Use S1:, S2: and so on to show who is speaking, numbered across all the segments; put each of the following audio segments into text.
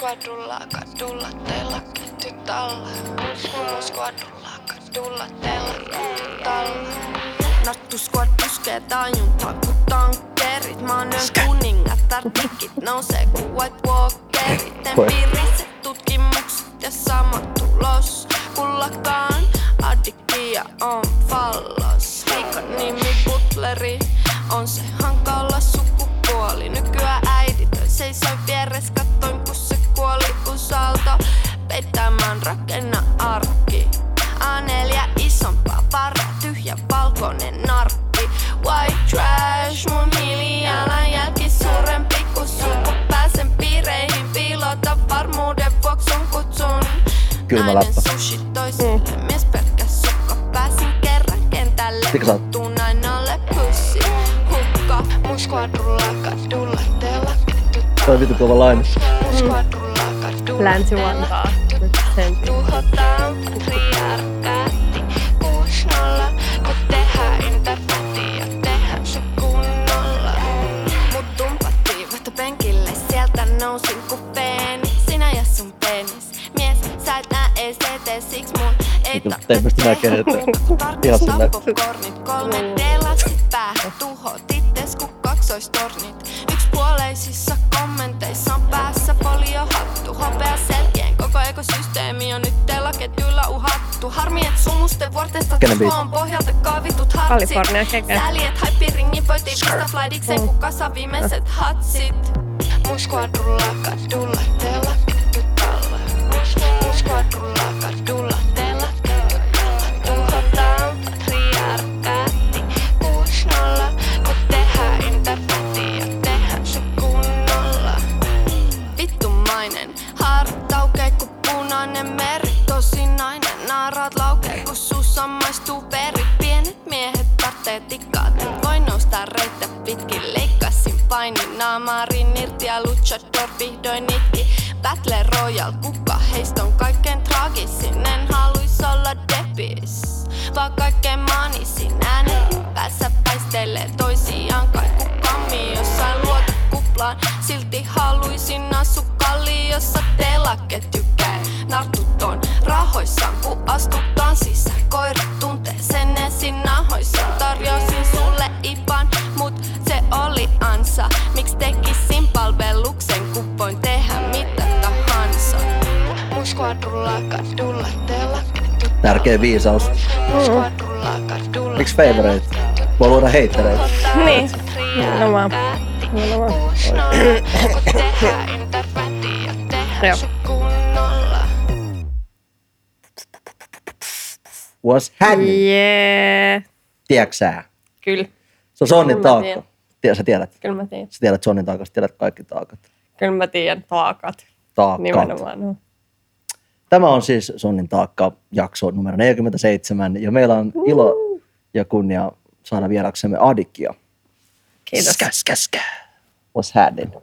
S1: kadulla, kadulla, teillä kätty talla. Muskus kadulla, kadulla, teillä kätty talla. Nattuskuat puskee tajuntaan ku tankkerit. Mä oon yön kuningatar, tikit nousee ku white walkerit. Empiiriset tutkimukset ja sama tulos. Kullakaan addiktia on fallos. Heikon nimi butleri on se hankala sukupuoli. Nykyään äidit seisoi vieressä, kattoin kun se kuoli usalta. Peittämään rakenna arkki. A4 isompaa parra, tyhjä valkoinen narkki. White trash, mun hiilijalanjälki suurempi kuin sun. Kun pääsen piireihin, piilota varmuuden vuoksi sun kutsun.
S2: Kylmä
S1: Nainen
S2: läppä.
S1: sushi toiselle, mm. mies pelkkä sukka. Pääsin kerran kentälle,
S2: Mikä sä oot?
S1: tuun aina alle pussi. Hukka, mun squadrulla kadulla, teillä ketty
S2: Se on vittu kova laine.
S1: Mun squadrulla kadulla,
S3: Länsi-Vantaa.
S1: teillä ketty
S3: Sen
S1: Tuhotaan patriarkaatti 6-0 Kun tehdään interpretia Tehdään se kunnolla Mut tumpattiin vaihtopenkille Sieltä nousin ku peeni Sinä ja sun penis Mies, sä et näe E ei se tee Siks mun ei
S2: Niinku
S1: tarvitse
S2: tein pysty näkemään, että ihan
S1: Ihan
S2: sillä-
S1: popcornit Kolme D-lasit päähän Tuhot itses ku kaksoistornit Yksipuoleisissa kommenteissa on päässä foliohattu Hopea selkien koko ekosysteemi on nyt teillä ketjuilla uhattu Harmi et sumusten vuortesta
S2: Kenen biisi?
S1: tuhoon pohjalta kaavitut hartsit
S3: Kalifornia keke.
S1: Sääli et haippi ringin pötiin pistä flaidikseen ku kasa viimeiset hatsit Mun squadrulla kadulla teillä ketju talla Mun squadrulla kadulla teillä ketju talla Tuhotaan patriarkaatti 6-0 Kun tehdään interpretia tehdään se kunnolla vittumainen. Haarat laukee ku punainen meri, tosi nainen. Naaraat laukee ku suussa maistuu veri. Pienet miehet tarttee tikkaa, en voi nousta reittä pitkin. Leikkasin painin naamariin irti ja luchador vihdoin itki. Battle Royale, kuka heistä on kaikkein traagisin? En haluis olla depis, vaan kaikkein maanisin äänen. Päässä paistelee toisiaan kai kukami, jossain luota kuplaan. Silti haluisin asu kalliossa telake tykkää. Nartut on rahoissaan, kun astutaan sisään. Koirat tuntee sen ensin nahoissa. Tarjosin sulle ipan, mut se oli ansa. Miks tekisin palveluksen, kun voin tehdä mitä tahansa? Mun squadrulla kadulla telake
S2: Tärkeä viisaus.
S1: Mun squadrulla kadulla
S2: Miksi favorite? Voi luoda heittereitä.
S3: Niin. Nimenomaan. Nimenomaan. Joo.
S1: Nimenomaan.
S2: Was hän,
S3: Mm. Jee.
S2: tiedätkö sä?
S3: Kyllä.
S2: Se on Sonnin
S3: Kyllä mä tiedän.
S2: taakka. Tiedä, sä tiedät.
S3: Kyllä mä tiedän.
S2: Sä tiedät Sonnin taakasta, tiedät kaikki taakat.
S3: Kyllä mä tiedän taakat.
S2: Taakat.
S3: Nimenomaan. No.
S2: Tämä on siis Sonnin taakka jakso numero 47 ja meillä on ilo ja kunnia saada vieraksemme Adikia.
S3: Kiitos.
S2: Skä, skä, skä. What's happening?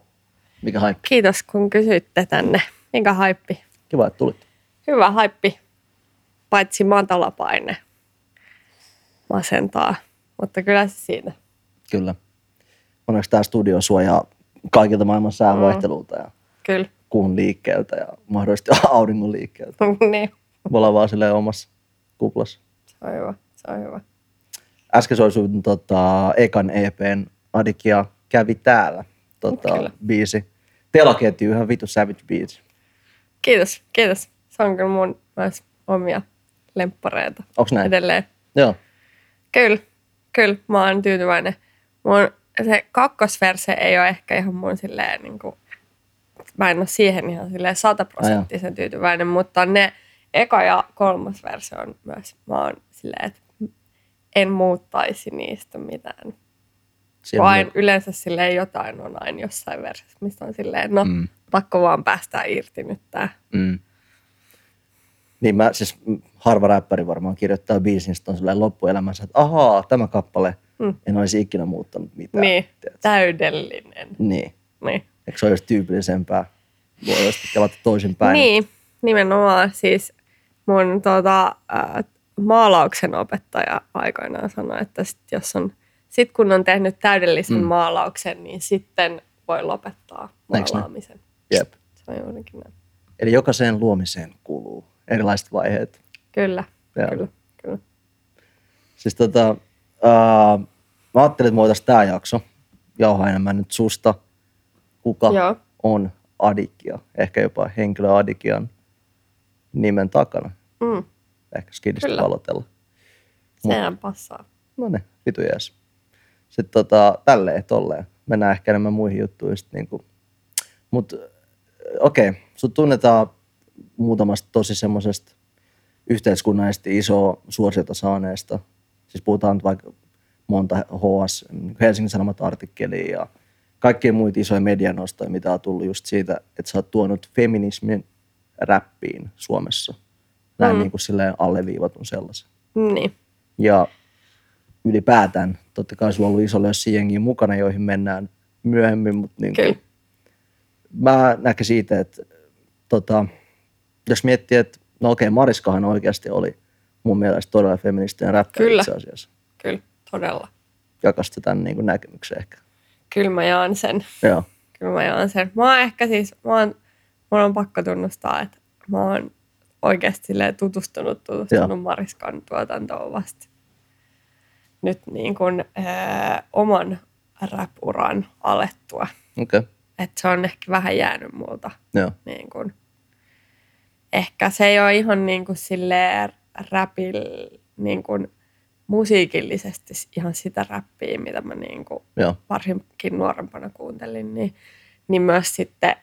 S2: Mikä haippi?
S3: Kiitos kun kysyitte tänne. Minkä haippi?
S2: Kiva, että tulit.
S3: Hyvä haippi. Paitsi matalapaine. Masentaa. Mutta kyllä se siinä.
S2: Kyllä. Onneksi tämä studio suojaa kaikilta maailman säävaihtelulta ja
S3: Kyllä.
S2: kuun liikkeeltä ja mahdollisesti auringon liikkeeltä.
S3: niin.
S2: Me ollaan vaan silleen omassa kuplassa.
S3: Se on hyvä. Se on hyvä.
S2: Äsken soi sun tota, ekan EPn Adikia kävi täällä tota,
S3: Kyllä.
S2: biisi. Telaketju, ihan vitu savage biisi.
S3: Kiitos. Kiitos. Se on kyllä mun myös omia lemppareita.
S2: Onks näin?
S3: Edelleen.
S2: Joo.
S3: Kyllä, kyllä, mä oon tyytyväinen. Mun, se kakkosverse ei ole ehkä ihan mun silleen, niin kuin, mä en ole siihen ihan silleen sataprosenttisen tyytyväinen, mutta ne eka ja kolmas versio on myös, mä oon silleen, että en muuttaisi niistä mitään.
S2: Siinä on-
S3: Vain yleensä silleen jotain on aina jossain versiossa, mistä on silleen, no mm. pakko vaan päästää irti nyt tää.
S2: Mm. Niin mä siis mm, harva räppäri varmaan kirjoittaa biisin, sitten on silleen loppuelämänsä, että ahaa, tämä kappale, mm. en olisi ikinä muuttanut mitään.
S3: niin,
S2: Tiedätkö?
S3: täydellinen.
S2: niin.
S3: Niin.
S2: Eikö se ole just tyypillisempää? Voi olla sitten kelata toisinpäin.
S3: Niin, nimenomaan. Siis mun tota, äh, maalauksen opettaja aikoinaan sanoi, että sit jos on, sit kun on tehnyt täydellisen mm. maalauksen, niin sitten voi lopettaa
S2: Eiks näin?
S3: maalaamisen.
S2: Jep.
S3: Se on juurikin näin.
S2: Eli jokaiseen luomiseen kuuluu erilaiset vaiheet.
S3: Kyllä,
S2: Joo.
S3: kyllä, kyllä.
S2: Siis tota, ää, mä ajattelin, että me voitaisiin tämä jakso jauhaa enemmän nyt susta, kuka
S3: Joo.
S2: Joo. on adikia, ehkä jopa henkilö adikian nimen takana.
S3: Mm,
S2: Ehkä skidistä
S3: Kyllä.
S2: Kyllä. valotella.
S3: sehän passaa.
S2: No ne, vitu jees. Sitten tota, tälleen, tolleen. Mennään ehkä enemmän muihin juttuihin. Sit niinku. Mut okei, okay. sut tunnetaan muutamasta tosi semmoisesta yhteiskunnallisesti isoa suosiota saaneesta. Siis puhutaan nyt vaikka monta HS, niinku Helsingin Sanomat artikkelia ja kaikkia muita isoja medianostoja, mitä on tullut just siitä, että sä oot tuonut feminismin räppiin Suomessa. Näin mm. niin kuin silleen alleviivatun sellaisen.
S3: Niin,
S2: Ja ylipäätään, totta kai sulla on ollut iso lössi jengiä mukana, joihin mennään myöhemmin, mutta niin
S3: kyllä.
S2: kuin, mä näkin siitä, että tota, jos miettii, että no okei, Mariskahan oikeasti oli mun mielestä todella feministinen räppäri
S3: Kyllä.
S2: itse asiassa.
S3: Kyllä, todella.
S2: Jakasta tämän niin kuin näkemyksen ehkä.
S3: Kyllä mä jaan sen.
S2: Joo,
S3: Kyllä mä jaan sen. Mä oon ehkä siis, mä oon, mun on pakko tunnustaa, että mä oon oikeasti silleen tutustunut, tutustunut
S2: Joo.
S3: Mariskan tuotantoon vasta nyt niin kuin, ää, oman rap-uran alettua.
S2: okei, okay.
S3: Et se on ehkä vähän jäänyt multa.
S2: joo,
S3: Niin kuin, ehkä se ei ole ihan niin kuin silleen rapil, niin kuin musiikillisesti ihan sitä räppiä, mitä mä niin kuin
S2: joo,
S3: varsinkin nuorempana kuuntelin, niin, niin myös sitten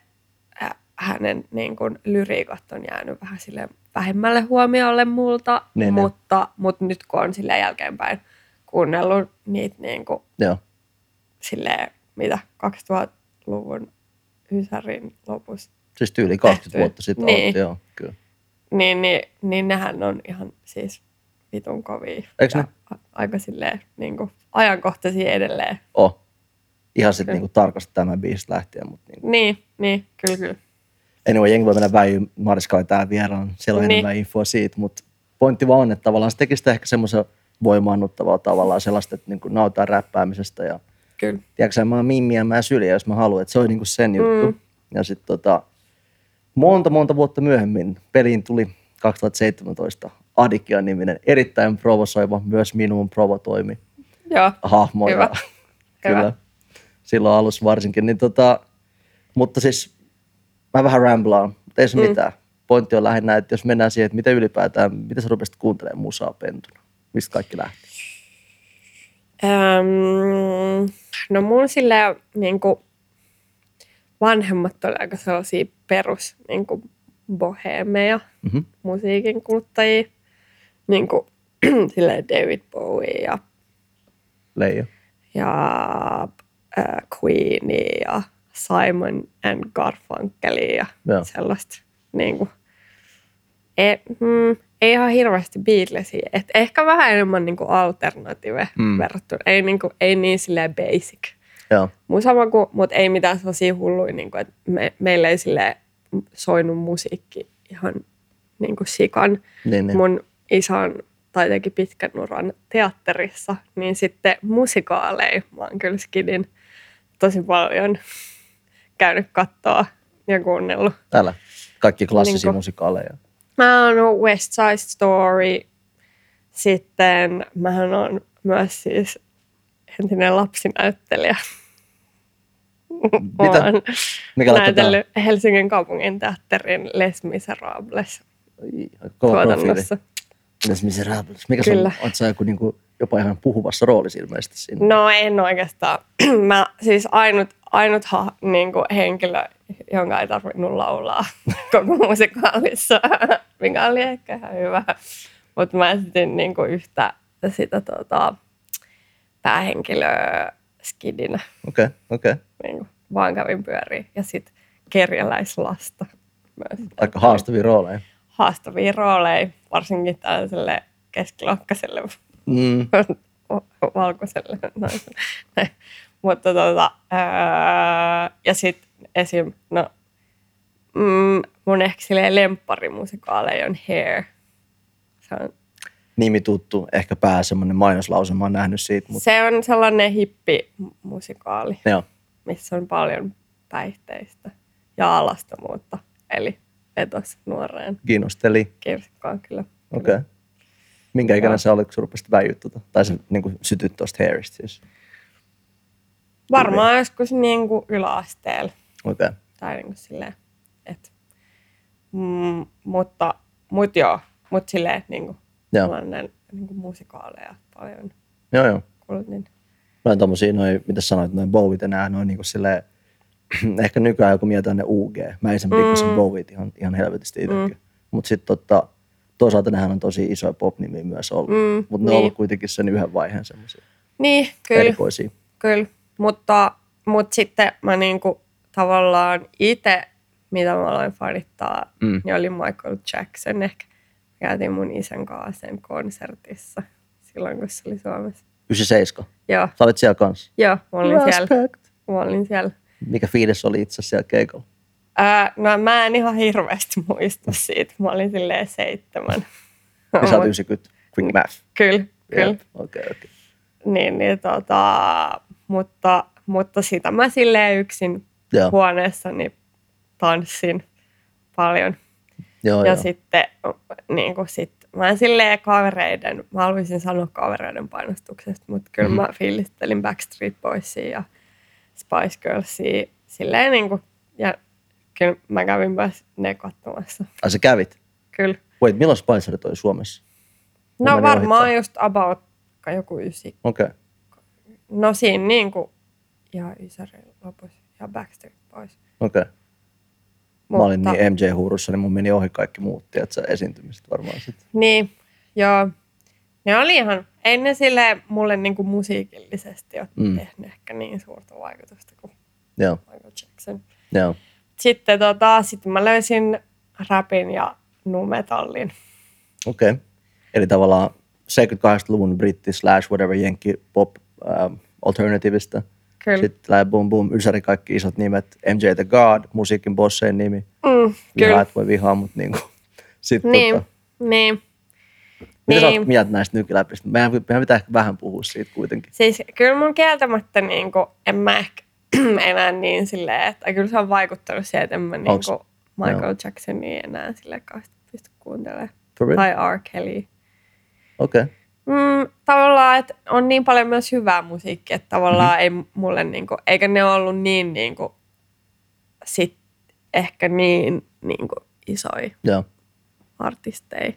S3: äh, hänen niin kuin, lyriikat on jäänyt vähän sille vähemmälle huomiolle multa,
S2: Ne, ne.
S3: mutta, mutta nyt kun on sille jälkeenpäin kuunnellut niitä niin kuin,
S2: joo,
S3: sille, mitä 2000-luvun Ysärin lopussa,
S2: siis tyyli 20
S3: Tehty.
S2: vuotta sitten
S3: Niin.
S2: niin. joo, kyllä.
S3: niin, niin, niin nehän on ihan siis vitun kovia.
S2: Eiks
S3: Ja
S2: ne?
S3: a- Aika silleen niin kuin, ajankohtaisia edelleen.
S2: Oh. Ihan sitten
S3: Kyllä.
S2: niin tarkasti tämä biisistä lähtien, mutta niin
S3: Niin, niin, kyllä, kyllä.
S2: Anyway, jengi voi mennä väijyn Mariskalle täällä vieraan. Siellä on
S3: Niin.
S2: niin. enemmän infoa siitä, mutta pointti vaan on, että tavallaan se teki sitä ehkä semmoisen voimaannuttavaa tavallaan sellaista, että niin nautaan räppäämisestä ja
S3: kyllä.
S2: tiedätkö, sä, mä oon mimmiä, mä syljä, jos mä haluan, että se oli niin kuin sen juttu.
S3: Mm.
S2: Mm. Ja sitten tota, monta monta vuotta myöhemmin peliin tuli 2017 Adikian niminen, erittäin provosoiva, myös minun provotoimi
S3: Joo.
S2: hahmoja.
S3: Hyvä.
S2: Kyllä.
S3: Hyvä.
S2: Silloin alussa varsinkin. Niin tota, mutta siis mä vähän ramblaan, mutta ei se mm. mitään. Pointti on lähinnä, että jos mennään siihen, että miten ylipäätään, miten sä rupesit kuuntelemaan musaa pentuna? Mistä kaikki lähti?
S3: Öm, no mun sillä niin kuin, vanhemmat oli aika sellaisia perus niin kuin, bohemeja,
S2: Mhm.
S3: musiikin kuluttajia. Niin kuin, silleen David Bowie ja,
S2: Leijo.
S3: ja äh, Queenie ja Simon and Garfunkelia ja
S2: Joo.
S3: sellaista. Niin kuin, e, mm, ei ihan hirveästi Beatlesia. Et ehkä vähän enemmän niin kuin alternative mm.
S2: Mm.
S3: verrattuna. Ei niin, kuin, ei niin silleen basic.
S2: Joo,
S3: Mun sama kuin, mutta ei mitään sellaisia hulluja, niin kuin, että me, meillä ei silleen soinut musiikki ihan niin kuin sikan.
S2: niin, niin.
S3: Mun isä on tai teki pitkän uran teatterissa, niin sitten musikaaleja mä oon kyllä skidin tosi paljon käynyt kattoa ja kuunnellut.
S2: Täällä. Kaikki klassisia
S3: Niinku-
S2: niin musikaaleja.
S3: Mä oon ollut West Side Story. Sitten mähän on myös siis entinen lapsinäyttelijä.
S2: Mitä?
S3: Oon
S2: Mikä lähtee
S3: näytellyt Helsingin kaupungin teatterin Les Miserables
S2: täällä? Kova profiili.
S3: tuotannossa.
S2: Les Miserables. Mikä Kyllä.
S3: Kyllä.
S2: on? Oot sä joku niinku, jopa ihan puhuvassa roolissa ilmeisesti siinä?
S3: No en oikeastaan. Mä siis ainut, ainut ha, niin kuin henkilö, jonka ei tarvinnut laulaa koko musikaalissa, mikä oli ehkä ihan hyvä. Mutta mä esitin niin kuin yhtä sitä tota, päähenkilöä skidinä,
S2: Okei, okay, okei. Okay.
S3: niin kuin, vaan kävin pyöriin. Ja sitten kerjäläislasta myös.
S2: Aika haastavia rooleja.
S3: Haastavia rooleja, varsinkin tällaiselle keskiluokkaiselle
S2: Mm.
S3: O- valkoiselle naiselle. Näin. Mutta tota, ää, ja sitten esim. No, mm, mun ehkä silleen lempparimusikaaleja on Hair. Se on,
S2: nimi tuttu, ehkä pää semmoinen mainoslause, mä oon nähnyt siitä, mutta
S3: se on sellainen hippimusikaali,
S2: joo,
S3: missä on paljon päihteistä ja alastomuutta. Eli vetosi nuoreen
S2: Kiinnosteli.
S3: kirsikkoon kyllä.
S2: Okei. Okay. Minkä ikäinen sä olit, kun sä rupesit väijyt tota? Tai sä niin kuin, sytyt tuosta hairista siis.
S3: Varmaan joskus niin kuin yläasteella.
S2: Okei. Okay.
S3: Tai niin kuin silleen, että... Mm, mutta, mut joo, mut silleen niin kuin,
S2: Joo.
S3: mulla on näin, niin kuin musikaaleja paljon niin-
S2: Joo, joo.
S3: kulutin.
S2: Noin tommosia, noin, mitä sanoit, noin bowit enää, noin niinku silleen, ehkä nykyään joku mietää ne UG. Mä en sen
S3: Mm.
S2: pikkusen bowit ihan, ihan helvetisti itsekin. Mm. Mutta sitten tota, toisaalta nehän on tosi isoja popnimiä myös ollut. Mm, Mutta ne on
S3: niin.
S2: ollut kuitenkin sen yhden vaiheen semmoisia
S3: Niin, kyllä.
S2: erikoisia.
S3: Kyllä, mutta, mutta sitten mä niinku tavallaan itse, mitä mä aloin fanittaa,
S2: Mm.
S3: mm. niin oli Michael Jackson ehkä. Mä Käytiin mun isän kanssa sen konsertissa silloin, kun se oli Suomessa.
S2: 97.
S3: Joo,
S2: Sä olit siellä kanssa.
S3: joo mä olin siellä.
S2: Respect.
S3: Mä olin siellä.
S2: Mikä fiilis oli itse asiassa siellä keikolla?
S3: Ää, no mä en ihan hirveästi muista siitä. Mä olin silleen seitsemän.
S2: Ja Niin sä oot
S3: Mut
S2: 90. Quick
S3: Mm.
S2: math.
S3: Kyllä, kyllä.
S2: Jep, Okei, okei.
S3: Niin, niin tota, mutta, mutta sitä mä silleen yksin
S2: Joo,
S3: huoneessani tanssin paljon.
S2: joo,
S3: ja
S2: No joo.
S3: sitten niin kuin sit, mä en silleen kavereiden, mä haluaisin sanoa kavereiden painostuksesta, mutta
S2: Mhm.
S3: kyllä mä fiilistelin Backstreet Boysia ja Spice Girlsia silleen niin kuin, ja kyllä mä kävin myös ne katsomassa,
S2: Ai sä kävit.
S3: kyllä.
S2: Wait, milloin Spicer toi Suomessa? Mä
S3: No
S2: menin
S3: varmaan
S2: ohittaa.
S3: just about ka- joku ysi.
S2: Okei. Okay.
S3: No siinä niin kuin ihan Ysärin lopussa ja Backstreet Boys.
S2: Okei. Okay. Mä olin niin MJ-huurussa, niin mun meni ohi kaikki muut, tiedätkö, esiintymiset varmaan sit.
S3: Niin, joo. Ne oli ihan, ei ne sille mulle niinku musiikillisesti ole
S2: Mm.
S3: mm. tehnyt ehkä niin suurta vaikutusta kuin
S2: Joo,
S3: Michael Jackson.
S2: joo.
S3: Sitten tota, sit mä löysin rapin ja numetallin.
S2: Okei. Okay. Eli tavallaan 78-luvun britti slash whatever jenkki pop ähm, alternativista.
S3: Kyllä, Sit,
S2: Sitten lähe boom boom, ysäri kaikki isot nimet, MJ the God, musiikin bosseen nimi.
S3: mm,
S2: Vihaa,
S3: kyllä.
S2: et voi vihaa, mutta niinku. Sitten
S3: Niin,
S2: tota,
S3: niin.
S2: mitä sä
S3: Niin.
S2: oot mieltä näistä nykyläpistä? Meidän, meidän pitää ehkä vähän puhua siitä kuitenkin.
S3: Siis kyllä mun kieltämättä niinku, en mä ehkä enää niin silleen, että kyllä se on vaikuttanut siihen, että en mä
S2: Onks-
S3: niinku Michael no. Jacksonia enää sille kauheasti pysty kuuntelemaan.
S2: For real?
S3: Tai R. Kelly.
S2: Okei, okay.
S3: Mm, tavallaan, että on niin paljon myös hyvää musiikkia, että tavallaan mm-hmm. ei mulle niinku, eikä ne ole ollut niin niinku, sit ehkä niin niinku isoja
S2: joo.
S3: artisteja.
S2: Okei.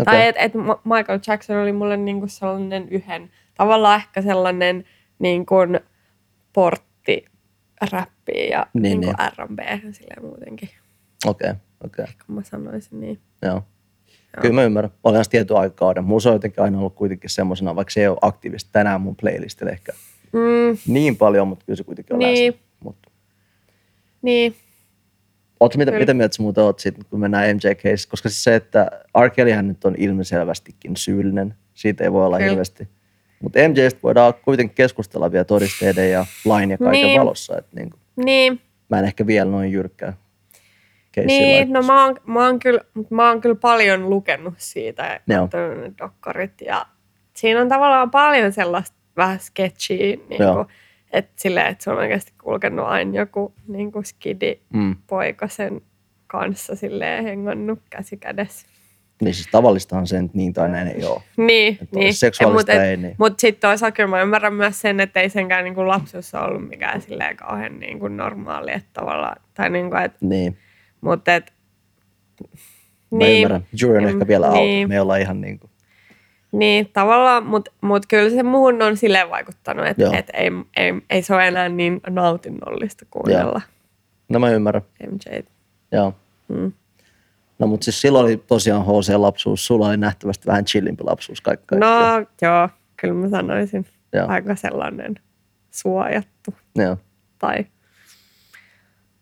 S3: Okay. Tai että et Ma- Michael Jackson oli mulle niinku sellainen yhden, tavallaan ehkä sellainen niinku portti räppiin ja
S2: Niin,
S3: niin, niinku
S2: niin.
S3: niin. R&B ja silleen muutenkin,
S2: Okei, okay. okei. Okay.
S3: kun mä sanoisin niin.
S2: Joo. Kyllä mä ymmärrän. Olihan se tietyn aikakauden. Mulla se on jotenkin aina ollut kuitenkin semmoisena, vaikka se ei ole aktiivista tänään mun playlistillä ehkä
S3: Mm,
S2: niin paljon, mutta kyllä se kuitenkin on
S3: Niin.
S2: läsnä. Mut.
S3: niin,
S2: Oot, mitä,
S3: Kyllä.
S2: mitä mieltä sä muuta oot siitä, kun mennään MJ Case? Koska siis se, että R. Kellyhän nyt on ilmiselvästikin syyllinen. Siitä ei voi olla
S3: Kyllä.
S2: hirveästi. Mutta MJstä voidaan kuitenkin keskustella vielä todisteiden ja lain ja kaiken
S3: Niin.
S2: valossa. Et niin
S3: niin.
S2: mä en ehkä vielä noin jyrkkää keissiä
S3: Niin,
S2: laittaisi.
S3: no mä oon, mä, oon kyllä, mut mä oon kyllä paljon lukenut siitä,
S2: Joo.
S3: katsonut ne dokkarit ja siinä on tavallaan paljon sellaista vähän sketchiä, niin
S2: Joo.
S3: että silleen, että se on oikeasti kulkenut aina joku niin kuin skidi
S2: Mm.
S3: poika sen kanssa silleen hengannut käsi kädessä.
S2: Niin siis tavallistahan sen niin tai näin ei ole.
S3: Niin,
S2: Että
S3: niin.
S2: olisi seksuaalista
S3: Mut et-
S2: ei, niin.
S3: Mutta sitten toisaalta kyllä mä ymmärrän myös sen, että ei senkään niin kuin lapsuus ollut mikään silleen kauhean niin kuin normaali, että tavallaan, tai niin kuin, että,
S2: Niin.
S3: mutta et,
S2: Mä niin. ymmärrän. Jury on ehkä vielä niin. out.
S3: Niin.
S2: Me ollaan ihan niin kuin,
S3: Niin, tavallaan, mutta mut kyllä se muuhun on silleen vaikuttanut, että
S2: Joo.
S3: et ei, ei, ei se ole enää niin nautinnollista kuunnella
S2: no mä ymmärrän.
S3: MJ.
S2: Joo.
S3: Mm.
S2: No mutta siis silloin oli tosiaan HC-lapsuus, sulla oli nähtävästi vähän chillimpi lapsuus kaikki.
S3: No
S2: kaikkiaan.
S3: joo, kyllä mä sanoisin
S2: Joo.
S3: joo. aika sellainen suojattu
S2: Joo.
S3: tai,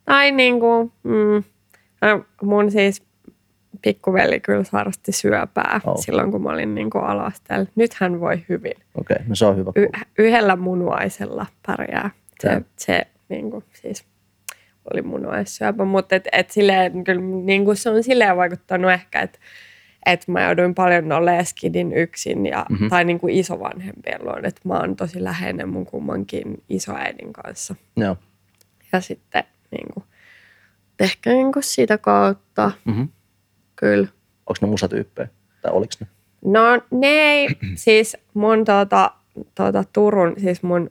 S3: tai niin kuin, mm, äh, mun siis pikkuveli kyllä sairasti syöpää
S2: Oh.
S3: oh. silloin, kun mä olin niin kuin alasteella. Nyt hän voi hyvin.
S2: Okei, no se on hyvä.
S3: y-
S2: kuulla.
S3: yhdellä munuaisella pärjää.
S2: Joo.
S3: Se, se niin kuin, siis oli munuaissyöpä, mutta et, et silleen, kyllä niin kuin se on silleen vaikuttanut ehkä, että et mä jouduin paljon olemaan skidin yksin ja,
S2: Mhm.
S3: mm-hmm. tai niin kuin isovanhempien luon, että mä oon tosi läheinen mun kummankin isoäidin kanssa.
S2: Joo.
S3: Ja sitten niin kuin,
S4: ehkä niin kuin sitä kautta,
S2: Mm-hmm.
S4: kyllä.
S2: Onko ne musatyyppejä? Tai oliks ne?
S3: No ne ei, siis mun tuota, tuota Turun, siis mun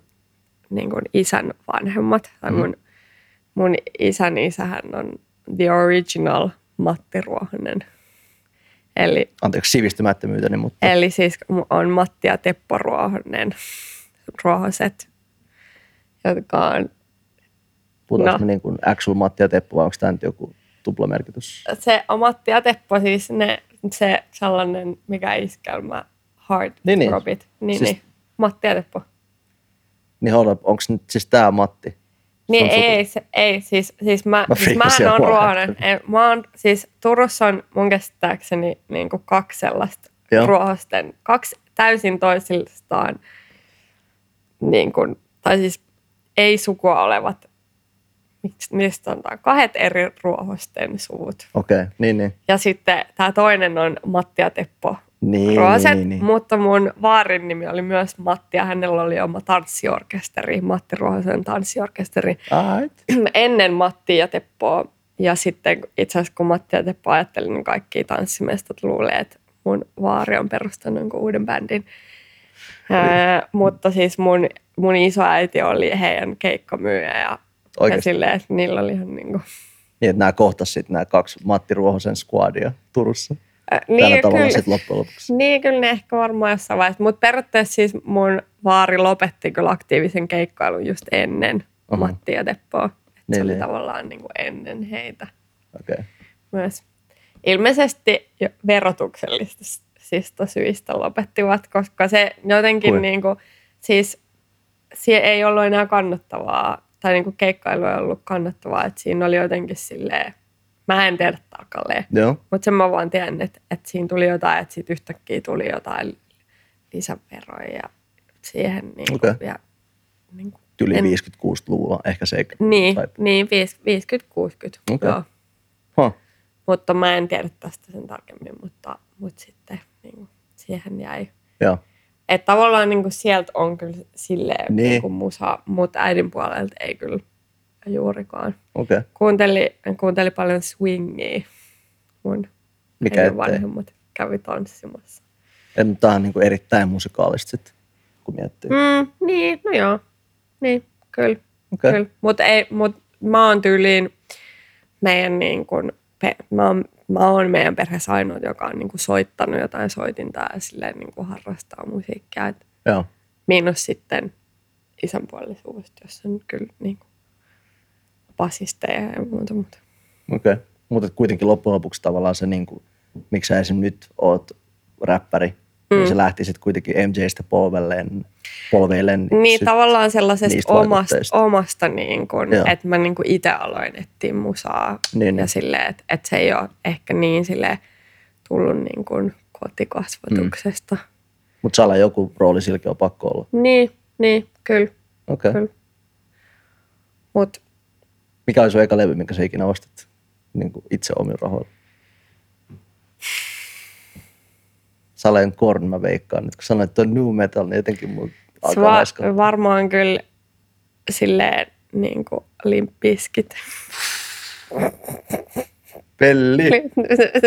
S3: niin kuin isän vanhemmat, tai mun, mun isän isähän on the original Matti Ruohonen. Eli,
S2: Anteeksi sivistymättömyyteni, mutta
S3: eli siis mu- on Matti ja Teppo Ruohonen, Ruohoset, jotka on,
S2: puhutaanko
S3: no.
S2: me niin kuin Axel, Matti ja Teppo vai onko tämä nyt joku tuplamerkitys?
S3: se on Matti ja Teppo siis ne, se sellainen, mikä iskelmä, hard
S2: Niin, niin.
S3: robit. Niin,
S2: Siis-
S3: siis... niin. Matti ja Teppo.
S2: Niin onko nyt siis tämä Matti?
S3: Niin
S2: Sun suku-
S3: ei, se, ei, siis, siis mä,
S2: Mä
S3: mä siis
S2: fiilasin
S3: mähän on
S2: vaan.
S3: ruohonen. En, mä oon, siis Turussa on mun käsittääkseni niin kuin kaksi sellaista
S2: Joo.
S3: Joo. ruohosten, kaksi täysin toisiltaan, niin kuin, tai siis ei sukua olevat, miksi niistä on tää, kahdet eri ruohosten suvut.
S2: Okei, okay. niin niin.
S3: Ja sitten tämä toinen on Matti ja Teppo
S2: Niin,
S3: Ruoset,
S2: niin, niin.
S3: mutta mun vaarin nimi oli myös Matti ja hänellä oli oma tanssiorkesteri, Matti Ruohosen tanssiorkesteri
S2: Aight.
S3: ennen Matti ja Teppoa. Ja sitten itse asiassa kun Matti ja Teppo ajatteli, niin kaikki tanssimestat luulee, että mun vaari on perustanut jonkun uuden bändin. Ää, mutta siis mun, mun isoäiti oli heidän keikkamyyjä ja, ja
S2: Oikeasti.
S3: silleen, että niillä oli ihan niin kuin,
S2: Niin, että nämä kohtas sitten nämä kaksi Matti Ruohosen skuadia Turussa.
S3: ää,
S2: Tällä
S3: niin,
S2: tavalla
S3: kyllä,
S2: sitten loppujen lopuksi.
S3: Niin, kyllä ne ehkä varmaan jossain vaiheessa. Mutta periaatteessa siis mun vaari lopetti kyllä aktiivisen keikkailun just ennen
S2: Oho.
S3: Oho. Matti ja Teppoa. Et
S2: Niin,
S3: se oli
S2: niin.
S3: tavallaan niin kuin ennen heitä
S2: Okei. Okay.
S3: myös. Ilmeisesti jo verotuksellisista syistä lopettivat, koska se
S2: Kuin?
S3: jotenkin niin kuin, siis siihen ei ollut enää kannattavaa, tai niin kuin keikkailu ei ollut kannattavaa, että siinä oli jotenkin silleen, mä en tiedä tarkalleen,
S2: Joo.
S3: mutta sen mä vaan tiedän, että, että siinä tuli jotain, että siitä yhtäkkiä tuli jotain lisäveroja ja siihen niin kuin,
S2: Okei.
S3: ja, niin, kuin,
S2: Yli
S3: En-
S2: 56-luvulla, ehkä se.
S3: niin,
S2: Tai,
S3: niin viis- 50-60.
S2: Okei.
S3: Joo.
S2: huh.
S3: Mutta mä en tiedä tästä sen tarkemmin, mutta, mutta sitten niin kuin, siihen jäi.
S2: Joo.
S3: Että tavallaan niin kuin sieltä on kyllä silleen
S2: Niin.
S3: niin. Niin kuin musa, mutta äidin puolelta ei kyllä juurikaan.
S2: Okei. Okay.
S3: Kuunteli, kuunteli paljon swingia mun
S2: Mikä
S3: äidin
S2: ettei.
S3: vanhemmat kävi tanssimassa.
S2: En, mutta tämä on niin kuin erittäin musikaalista sitten, kun miettii.
S3: Mm, niin, no joo. Niin, kyllä.
S2: Okei.
S3: Okay. kyllä. Mutta mut mä oon tyyliin meidän niin kun, pe, mä, oon, mä oon meidän perheessä ainoa, joka on niin kun soittanut jotain soitinta ja silleen niin kun harrastaa musiikkia. Et
S2: Joo.
S3: miinus sitten isän puolisuudesta, jossa on kyllä niin kun, basisteja ja muuta. Mutta.
S2: Okei. Okay. Mutta kuitenkin loppujen lopuksi tavallaan se, niin kuin, miksi sä esim. nyt oot räppäri, mm. niin se lähti sitten kuitenkin MJstä polvelleen, polveilleen.
S3: Niin
S2: sy-
S3: tavallaan
S2: niistä
S3: sellaisesta omasta,
S2: vaikutteista.
S3: omasta niin kun,
S2: Joo.
S3: että mä niin kun itse aloin etsiä musaa.
S2: Niin,
S3: ja
S2: niin.
S3: silleen, että, että se ei ole ehkä niin sille tullut niin kun kotikasvatuksesta.
S2: Mutta saa olla joku rooli silläkin on pakko olla.
S3: Mm. Niin, niin, kyllä.
S2: Okei. Okay.
S3: Kyllä. Mutta
S2: Mikä oli sun eka levy, minkä sä ikinä ostit niin kuin itse omin rahoilla? Salen Korn mä veikkaan nyt, kun sanoit, että on new metal, niin jotenkin mun
S3: se
S2: alkaa
S3: va-
S2: laskata.
S3: varmaan kyllä silleen niin kuin limppiskit.
S2: Pelli!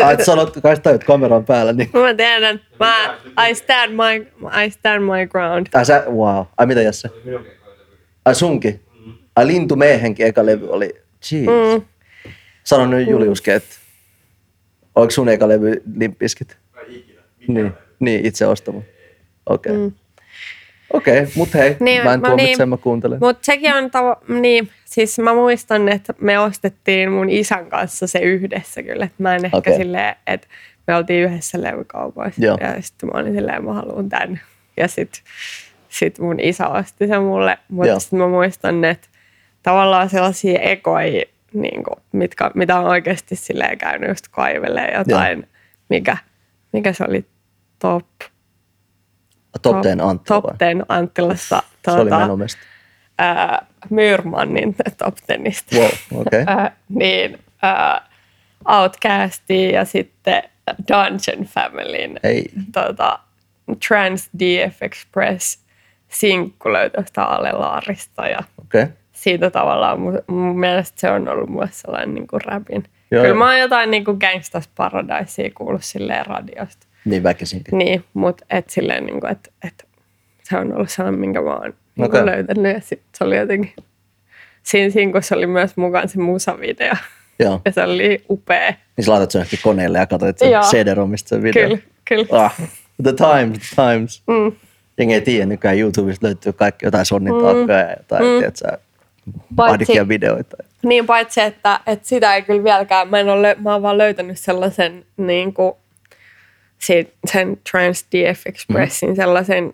S2: Ai, et sanot, kai sä tajut kameran päällä, niin...
S3: mä tiedän, mä, I, stand my, I stand my ground.
S2: Ai sä, wow. Ai mitä Jesse? Ai sunkin? Ai Lintu Miehenkin eka levy oli, jeez. Mm. Sano nyt Juliuskin, että oliko sun eka levy Limpiskit? Niin, niin itse ostama. Okei. Okay. Mm. Okei, okay, mut hei, niin,
S3: Niin,
S2: mä en
S3: mä-
S2: tuomitse, niin.
S3: niin.
S2: mä kuuntelen. Mut,
S3: Mutta sekin on tavo- niin, siis mä muistan, että me ostettiin mun isän kanssa se yhdessä kyllä. Et mä en ehkä
S2: Okei.
S3: okay. silleen, että me oltiin yhdessä levykaupoissa.
S2: Joo.
S3: Ja sitten mä olin silleen, mä haluan tän. Ja sitten sit mun isä osti sen mulle.
S2: Joo.
S3: Mutta sitten mä muistan, että tavallaan sellaisia ekoja, niin kuin, mitkä, mitä on oikeasti silleen käynyt just kaivelee jotain. Joo. Mikä, mikä se oli? Top,
S2: Top Ten Tota- Antti
S3: Top
S2: vai?
S3: Ten tota, Anttilassa.
S2: Se oli menomesta.
S3: ää, Myyrmannin top tenistä.
S2: Wow, okei. Okay.
S3: Ää, niin, ää, Outcastia ja sitten Dungeon Familyn
S2: Hei.
S3: tota, Trans DF Express sinkku löytyi tuosta alelaarista ja
S2: Okei. Okay.
S3: siitä tavallaan mun, mun mielestä se on ollut mulle sellainen niin kuin räpin.
S2: Joo,
S3: Joo, Kyllä
S2: joo.
S3: mä oon jotain niin kuin Gangsters Paradisea kuullut silleen radiosta.
S2: Niin väkisinkin.
S3: Niin, mutta et silleen, niin kuin, et, et, se on ollut sellainen, minkä mä oon niin
S2: Okei.
S3: kuin löytänyt. Ja sit se oli jotenkin, siinä, siinä kun se oli myös mukaan se musavideo.
S2: Joo.
S3: Ja se oli upea.
S2: Niin sä laitat sen johonkin koneelle ja katsoit sen
S3: Joo.
S2: CD-romista sen videon.
S3: Kyllä, kyllä.
S2: Ah, the times, the times.
S3: Mm.
S2: Jengi ei tiedä, nykyään YouTubesta löytyy kaikki jotain Sonnin taakkoja ja jotain, mm. tiedätkö, Adikia videoita.
S3: Niin paitsi, että, että sitä ei kyllä vieläkään, mä, en ole, mä oon vaan löytänyt sellaisen niin kuin, si- sen Trans DF Expressin
S2: Mm-hmm.
S3: mm. sellaisen,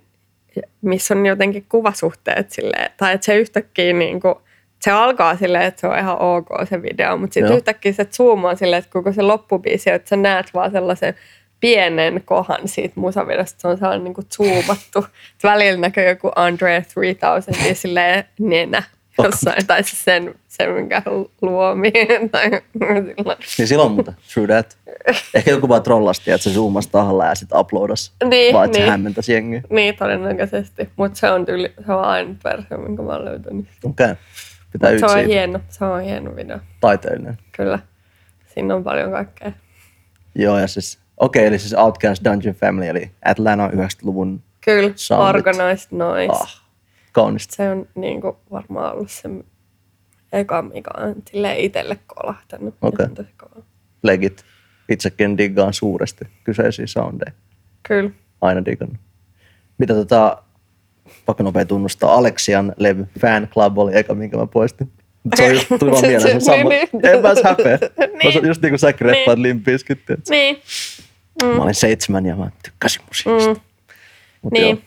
S3: missä on jotenkin kuvasuhteet silleen, tai että se yhtäkkiä niin kuin, se alkaa silleen, että se on ihan ok se video, mutta
S2: Joo.
S3: sitten yhtäkkiä se zoomaa silleen, että koko se loppubiisi, että sä näet vaan sellaisen pienen kohan siitä musavideosta, se on sellainen niin kuin zoomattu. Et Välillä näkyy joku Andre 3000 ja silleen nenä jossain, tai siis sen, sen minkä luomiin. Tai sillä.
S2: Niin silloin muuta, true that. Ehkä joku vaan trollasti, että se zoomasi tahalla ja sitten uploadasi,
S3: Niin,
S2: vaan että se
S3: niin.
S2: hämmentäisi jengiä.
S3: Niin, todennäköisesti. Mutta se on tyyli, se on aina versio, minkä mä oon löytänyt.
S2: Okei, okay. pitää
S3: Se
S2: yksi
S3: on
S2: siitä.
S3: hieno, se on hieno video,
S2: Taiteellinen.
S3: kyllä. Siinä on paljon kaikkea.
S2: Joo, ja siis, okei, okay, eli siis Outcast Dungeon Family, eli Atlanta 90-luvun,
S3: Kyllä,
S2: Soundit.
S3: organized noise.
S2: ah, kaunista.
S3: Se on niin kuin, varmaan ollut se eka, mikä on silleen itselle kolahtanut. Ja
S2: Okei.
S3: se on tosi kova.
S2: legit. Itsekin diggaan suuresti kyseisiä soundeja.
S3: Kyllä.
S2: Aina digannut. Mitä tota, pakko nopea tunnustaa, Alexian Lev Fan Club oli eka, minkä mä poistin. Mut Se oli tuli vaan
S3: Se-
S2: mieleen
S3: se-
S2: sen Samu.
S3: niin, niin.
S2: En mä edes häpeä. Mä
S3: Niin.
S2: sa- just niin kuin säkin reppaat niin.
S3: Niin.
S2: limpiskit.
S3: Niin,
S2: Mä olin seitsemän ja mä tykkäsin musiikista. Mm. Mut
S3: niin.
S2: Joo.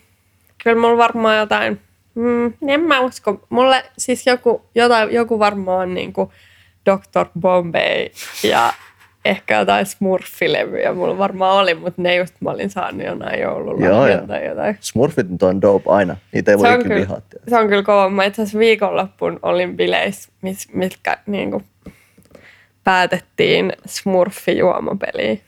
S3: Kyllä mulla varmaan jotain, mm, en mä usko. Mulle siis joku, jotain, joku varmaan niin kuin Dr. Bombay ja ehkä jotain smurfilevyjä mulla varmaan oli, mutta ne just mä olin saanut jonain joululla
S2: Joo, joo.
S3: tai jotain.
S2: Smurfit nyt on dope aina. Niitä ei
S3: Se
S2: voi
S3: on,
S2: ikinä
S3: kyllä,
S2: vihaa. tiedä.
S3: se on kyllä kova. Mä itse asiassa viikonloppuun olin bileissä, mis, mitkä niin kuin, päätettiin smurfijuomapeliin.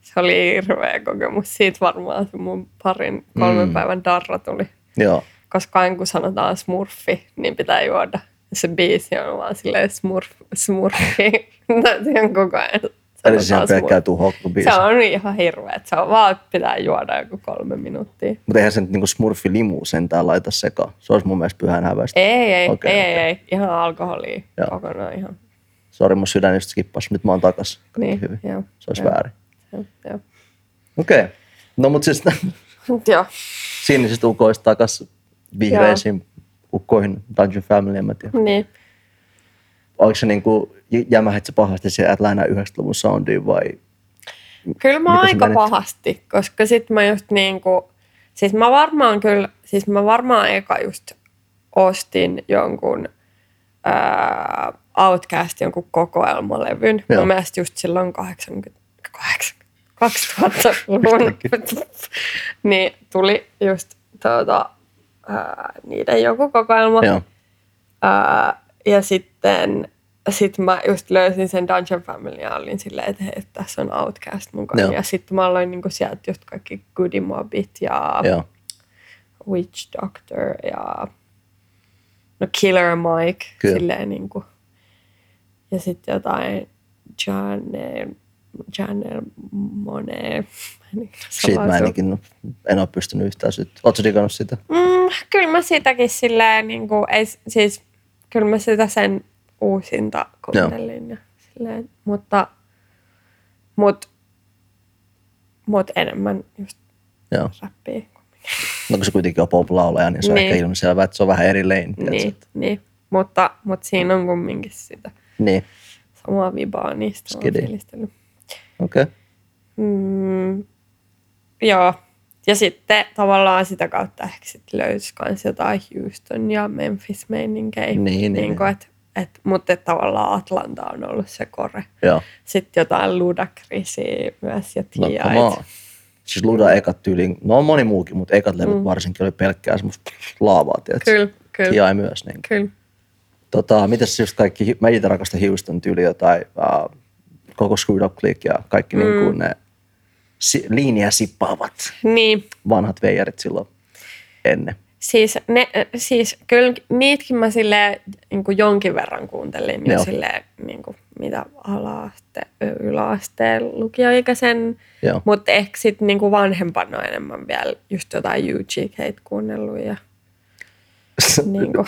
S3: Se oli hirveä kokemus. Siitä varmaan se mun parin kolmen
S2: Mm.
S3: mm. päivän darra tuli.
S2: Joo.
S3: Koska aina kun sanotaan smurfi, niin pitää juoda. Se biisi on vaan silleen smurf, smurfi. Tai se on koko
S2: Eli
S3: ajan.
S2: siis ihan
S3: sanotaan
S2: pelkkää
S3: smurf.
S2: tuu hokkubiisi.
S3: Se on ihan hirveä. Se on vaan, että pitää juoda joku kolme minuuttia.
S2: Mutta eihän se nyt niinku smurfi limu sentään laita sekaan. Se olisi mun mielestä pyhän häväistä.
S3: Ei, ei,
S2: Okei,
S3: okay,
S2: okei.
S3: ei, okay. ei, ihan alkoholia
S2: Joo.
S3: joo. kokonaan ihan.
S2: Sori, mun sydän just skippasi. Nyt mä oon takas. Kaikki
S3: Niin,
S2: hyvin.
S3: joo.
S2: Se olisi
S3: Joo.
S2: väärin.
S3: Joo, joo.
S2: Okei. Okay. No mut siis
S3: Mut joo,
S2: sinisistä ukoista takas vihreisiin ukkoihin Dungeon Family, en mä tiedä.
S3: niin.
S2: Oliko se niinku j- jämähit se pahasti siihen Atlanta 90-luvun soundiin vai?
S3: Kyllä mä
S2: Mitä sä
S3: aika
S2: menet?
S3: pahasti, koska sit mä just niinku, siis mä varmaan kyllä, siis mä varmaan eka just ostin jonkun ää, Outcast jonkun kokoelmalevyn.
S2: Joo.
S3: Joo. Mun mielestä just silloin 80, 80 2000-luvun niin tuli just tuota, ää, niiden joku kokoelma.
S2: Joo.
S3: Ää, ja sitten sit mä just löysin sen Dungeon Family ja olin silleen, että hei, tässä on Outcast mukana.
S2: Joo.
S3: Ja sitten mä aloin niinku sieltä just kaikki Goody Mobit ja
S2: Joo.
S3: Witch Doctor ja no Killer Mike.
S2: Kyllä.
S3: Silleen niinku. Ja sitten jotain Janne, Janne Monet.
S2: Siitä mä en, ikinä, en ole pystynyt yhtään syyt. Ootko digannut sitä?
S3: Mm, kyllä mä sitäkin silleen, niin kuin, ei, s- siis kyllä mä sitä sen uusinta kuuntelin. Ja silleen, mutta mut, mut enemmän just
S2: Joo.
S3: rappia.
S2: No kun se kuitenkin on pop-laulaja, niin se on
S3: Niin.
S2: ehkä ilmi selvää, että se on vähän eri lane. tiedätkö?
S3: Niin, niin, mutta, mutta siinä on kumminkin sitä
S2: Niin.
S3: samaa vibaa niin niistä.
S2: Skidi.
S3: Skidi. Mä
S2: Okei. Okay.
S3: Mm, joo. Ja sitten tavallaan sitä kautta ehkä sit löysi myös jotain Houston ja Memphis meininkejä.
S2: Niin, niin,
S3: niin
S2: niin.
S3: kuin, et, et, mutta et tavallaan Atlanta on ollut se kore.
S2: Joo.
S3: Sitten jotain Ludacrisia myös ja
S2: No
S3: Tiait.
S2: come on. Siis Luda ekat tyyliin, no on moni muukin, mutta ekat levyt mm. varsinkin oli pelkkää semmoista laavaa, tiedätkö?
S3: Kyllä, kyllä.
S2: Tiai myös. Niin.
S3: Kyllä.
S2: Tota, mitäs just kaikki, hi- mä itse rakastan Houston tyyliä tai uh, koko Screwed Up Click ja kaikki mm. niin kuin ne si- linjaa sippaavat
S3: Niin,
S2: vanhat veijarit silloin ennen.
S3: Siis, ne, äh, siis kyllä niitäkin mä silleen, niin kuin jonkin verran kuuntelin jo
S2: Joo.
S3: silleen, niin kuin, mitä alaaste, ö, yläasteen lukioikäisen,
S2: Joo.
S3: mutta ehkä sitten niin vanhempana on enemmän vielä just jotain UGK kuunnellut ja niin kuin,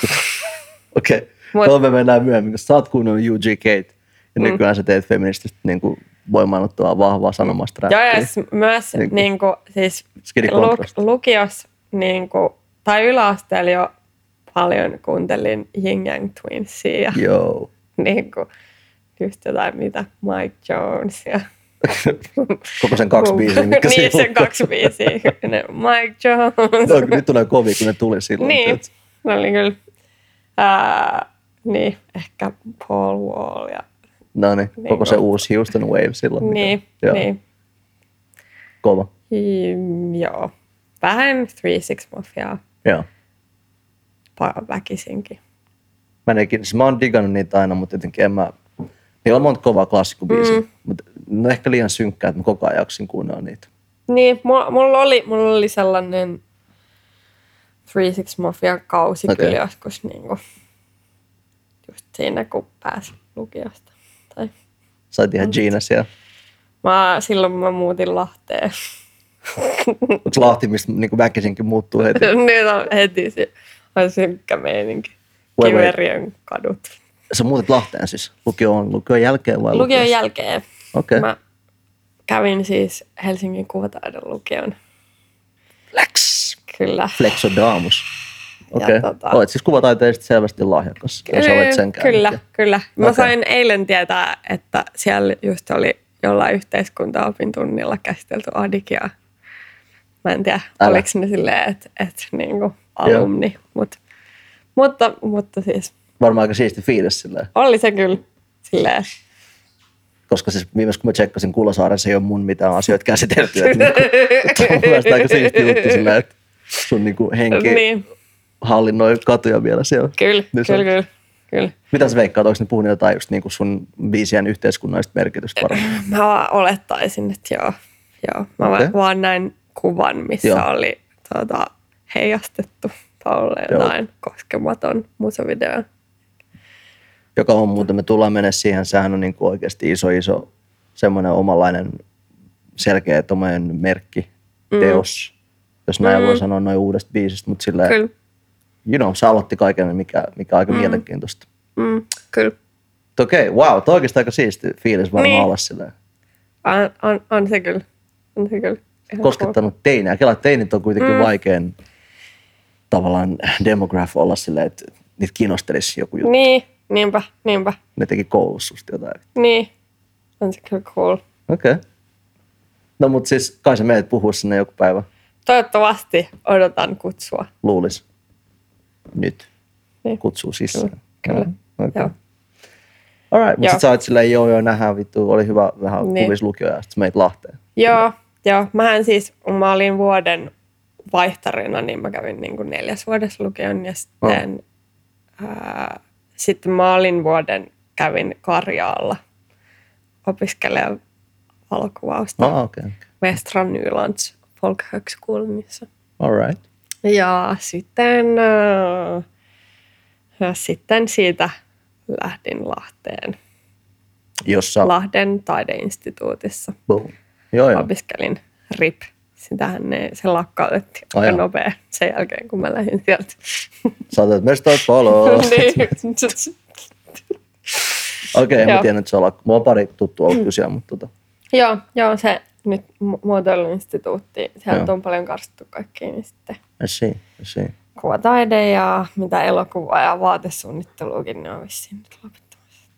S2: Okei, okay.
S3: Mut- Mm.
S2: tuolla me mennään myöhemmin, koska sä oot kuunnellut UGK ja nykyään sä teet feminististä niin kuin voimaannuttavaa vahvaa sanomasta
S3: Joo,
S2: räppiä.
S3: ja s- myös
S2: Niinku-
S3: niinku, niinku, siis
S2: Skinny
S3: lu,
S2: contrast.
S3: lukios niinku, tai yläasteella jo paljon kuuntelin Ying Yang Twinsia ja
S2: Joo.
S3: niinku, just jotain mitä Mike Jones ja
S2: Koko sen kaksi biisiä, mitkä
S3: niin,
S2: siinä
S3: sen kaksi biisiä. Ne Mike Jones.
S2: on. No, nyt tulee kovia, kun ne tuli silloin.
S3: niin,
S2: tiedät.
S3: ne oli kyllä. Ää, niin, ehkä Paul Wall ja
S2: No niin,
S3: Niin
S2: koko
S3: kuin-
S2: se uusi Houston Wave silloin. mikä-
S3: niin,
S2: joo,
S3: niin.
S2: Kova,
S3: Mm, joo. Vähän Three Six Mafiaa
S2: joo.
S3: pa- väkisinkin.
S2: Mä, en ikinä, siis mä oon digannut niitä aina, mutta jotenkin en mä... Niillä on monta kovaa klassikkobiisiä, mm. mutta ne on ehkä liian synkkää, että mä koko ajan jaksin kuunnella niitä.
S3: Niin, mulla, mulla, oli, mulla oli sellainen Three Six Mafia-kausi okay.
S2: Okei.
S3: kyllä joskus niin kuin, just siinä, kun pääsi lukiosta. Tai,
S2: Sait
S3: Mm.
S2: ihan Gina siellä.
S3: mä, silloin mä muutin Lahteen.
S2: Onko Lahti, mistä niin väkisinkin muuttuu heti?
S3: Nyt on heti se on synkkä meininki.
S2: Voi voi.
S3: Kiverien kadut.
S2: Sä muutit Lahteen siis? Lukio on lukion jälkeen vai
S3: Lukion jälkeen
S2: Okei. Okay.
S3: mä kävin siis Helsingin kuvataiden lukion.
S2: Flex!
S3: Kyllä.
S2: Flexodamus. Okei.
S3: Ja
S2: Okay.
S3: tota-
S2: Olet siis kuvataiteellisesti selvästi lahjakas. Ja sä olet sen käynyt.
S3: Niin, Kyllä, kyllä. Mä
S2: Okei.
S3: okay. sain eilen tietää, että siellä just oli jollain yhteiskuntaopin tunnilla käsitelty adikia. Mä en tiedä,
S2: Älä.
S3: Älä. oliko ne silleen, että et, niinku alumni. Mut, mutta, mutta siis
S2: Varmaan aika siisti fiilis silleen.
S3: oli se kyllä silleen.
S2: Koska siis viimeis kun mä tsekkasin Kulosaaressa ei ole mun mitään asioita käsitelty. Että niinku, että on mun mielestä aika siisti juttu silleen, että sun niinku henki niin.
S3: Niin,
S2: hallinnoi katuja vielä siellä.
S3: kyllä,
S2: Niin se-
S3: kyllä, kyllä, kyllä.
S2: Mitä sä veikkaat, onko ne puhunut jotain just niinku sun biisien yhteiskunnallista merkitystä varmaan?
S3: Mä vaan olettaisin, että joo. joo. Mä
S2: Okei.
S3: okay. vaan näin kuvan, missä
S2: Joo.
S3: joo. oli tuota, heijastettu Paululle
S2: Joo.
S3: jotain joo. koskematon musavideo.
S2: joka on muuten, me tullaan mennä siihen, sehän on niin kuin oikeasti iso, iso semmoinen omanlainen selkeä tommoinen merkki, teos, jos näin voi sanoa noin uudesta biisistä, mutta sillä,
S3: Kyllä,
S2: you know, se aloitti kaiken, mikä, mikä on aika mm. mielenkiintoista.
S3: mm, kyllä.
S2: Mutta Okei, okay, wow, toi on oikeastaan aika siisti fiilis varmaan niin.
S3: Niin.
S2: olla sillä.
S3: On, on, on se kyllä. On se kyllä. Ihan
S2: Koskettanut teinää. Kela, teinit on kuitenkin mm. vaikein tavallaan demograph olla sillä, että niitä kiinnostelisi joku
S3: cool.
S2: juttu.
S3: Niin, niinpä, niinpä.
S2: Ne teki koulussa susta jotain.
S3: Niin, on se kyllä cool.
S2: Okei. Okay. No mutta siis kai sä meidät puhua sinne joku päivä.
S3: Toivottavasti odotan kutsua.
S2: luulisi nyt
S3: Niin.
S2: kutsuu sisään.
S3: Kyllä,
S2: No,
S3: Okay.
S2: okay.
S3: Joo.
S2: Alright, mutta
S3: Joo.
S2: sit sä oot silleen, joo joo, nähdään vittu, oli hyvä vähän
S3: Niin.
S2: kuvis lukio ja sit meit Lahteen.
S3: Joo, joo. Mähän siis, kun mä olin vuoden vaihtarina, niin mä kävin niin kuin neljäs vuodessa lukion ja sitten, ää, sitten mä olin vuoden, kävin Karjaalla opiskelemaan valokuvausta
S2: Ah, okei. Okay.
S3: Westran Nylands Folkhögskolanissa.
S2: Alright.
S3: Ja sitten, ää, ja sitten siitä lähdin Lahteen,
S2: Jossa, La-
S3: Lahden taideinstituutissa
S2: boom. Joo joo.
S3: opiskelin RIP. Sitähän ne, se lakkautettiin
S2: Ai
S3: aika
S2: joo.
S3: nopea sen jälkeen, kun mä lähdin sieltä.
S2: Sä otat mistä oot polo. Okei,
S3: Niin.
S2: okay, mä
S3: Joo.
S2: tiedän, että se on lakko. Mulla on pari tuttua ollut kysyä, mutta tota.
S3: joo, joo, se nyt mu- muotoiluinstituutti.
S2: Joo.
S3: Sieltä on paljon karsittu kaikkiin, niin sitten
S2: I see, I see.
S3: kuvataide ja mitä elokuvaa ja vaatesuunnitteluukin, ne on vissiin nyt lopettamassa.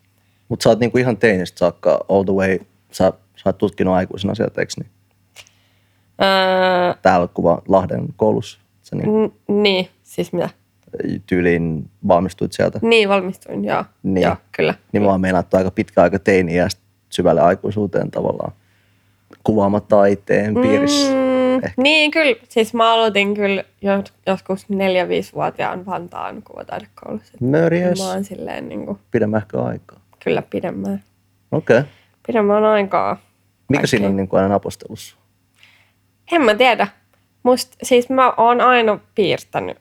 S2: Mut sä oot niinku ihan teinistä saakka all the way, sä, sä oot tutkinut aikuisena sieltä, eiks niin?
S3: Öö,
S2: Täällä kuva Lahden koulussa. Sä niin,
S3: n- niin, siis mitä?
S2: tyyliin valmistuit sieltä.
S3: Niin, valmistuin, joo.
S2: Niin.
S3: Joo, kyllä.
S2: niin mä oon meinattu aika pitkä aika teini ja syvälle aikuisuuteen tavallaan kuvaama taiteen piirissä.
S3: Mm, niin, kyllä. Siis mä aloitin kyllä jo- joskus 4-5-vuotiaan Vantaan kuvataidekoulussa.
S2: Mm. Mörjös,
S3: Mä oon silleen niin kuin,
S2: pidemmähkö aikaa.
S3: kyllä pidemmän,
S2: Okei. Okay.
S3: pidemmän aikaa.
S2: Mikä siinä on
S3: Kaikkea.
S2: niin kuin aina napostelussa?
S3: En mä tiedä. Must, siis mä oon aina piirtänyt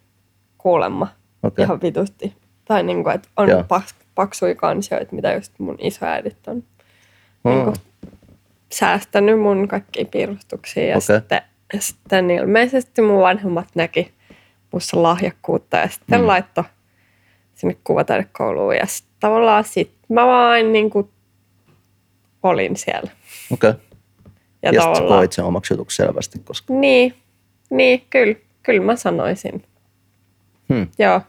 S3: kuulemma
S2: Okei.
S3: okay. ihan vitusti. Tai niin kuin, että on
S2: Joo.
S3: paks, paksuja kansioita, mitä just mun isoäidit on niin
S2: Hmm.
S3: kuin, säästänyt mun kaikkia piirustuksia. Ja,
S2: Okei.
S3: sitten, ja sitten ilmeisesti mun vanhemmat näki musta lahjakkuutta ja sitten
S2: Mm.
S3: mm. laittoi sinne kuvataidekouluun. Ja sitten tavallaan sit mä vaan niin kuin, olin siellä.
S2: Okei.
S3: Ja,
S2: Ja sitten sä
S3: tavallaan,
S2: koit sen omaksi jutuksi selvästi, koska...
S3: niin, niin, kyllä, kyllä mä sanoisin.
S2: Hmm.
S3: Joo.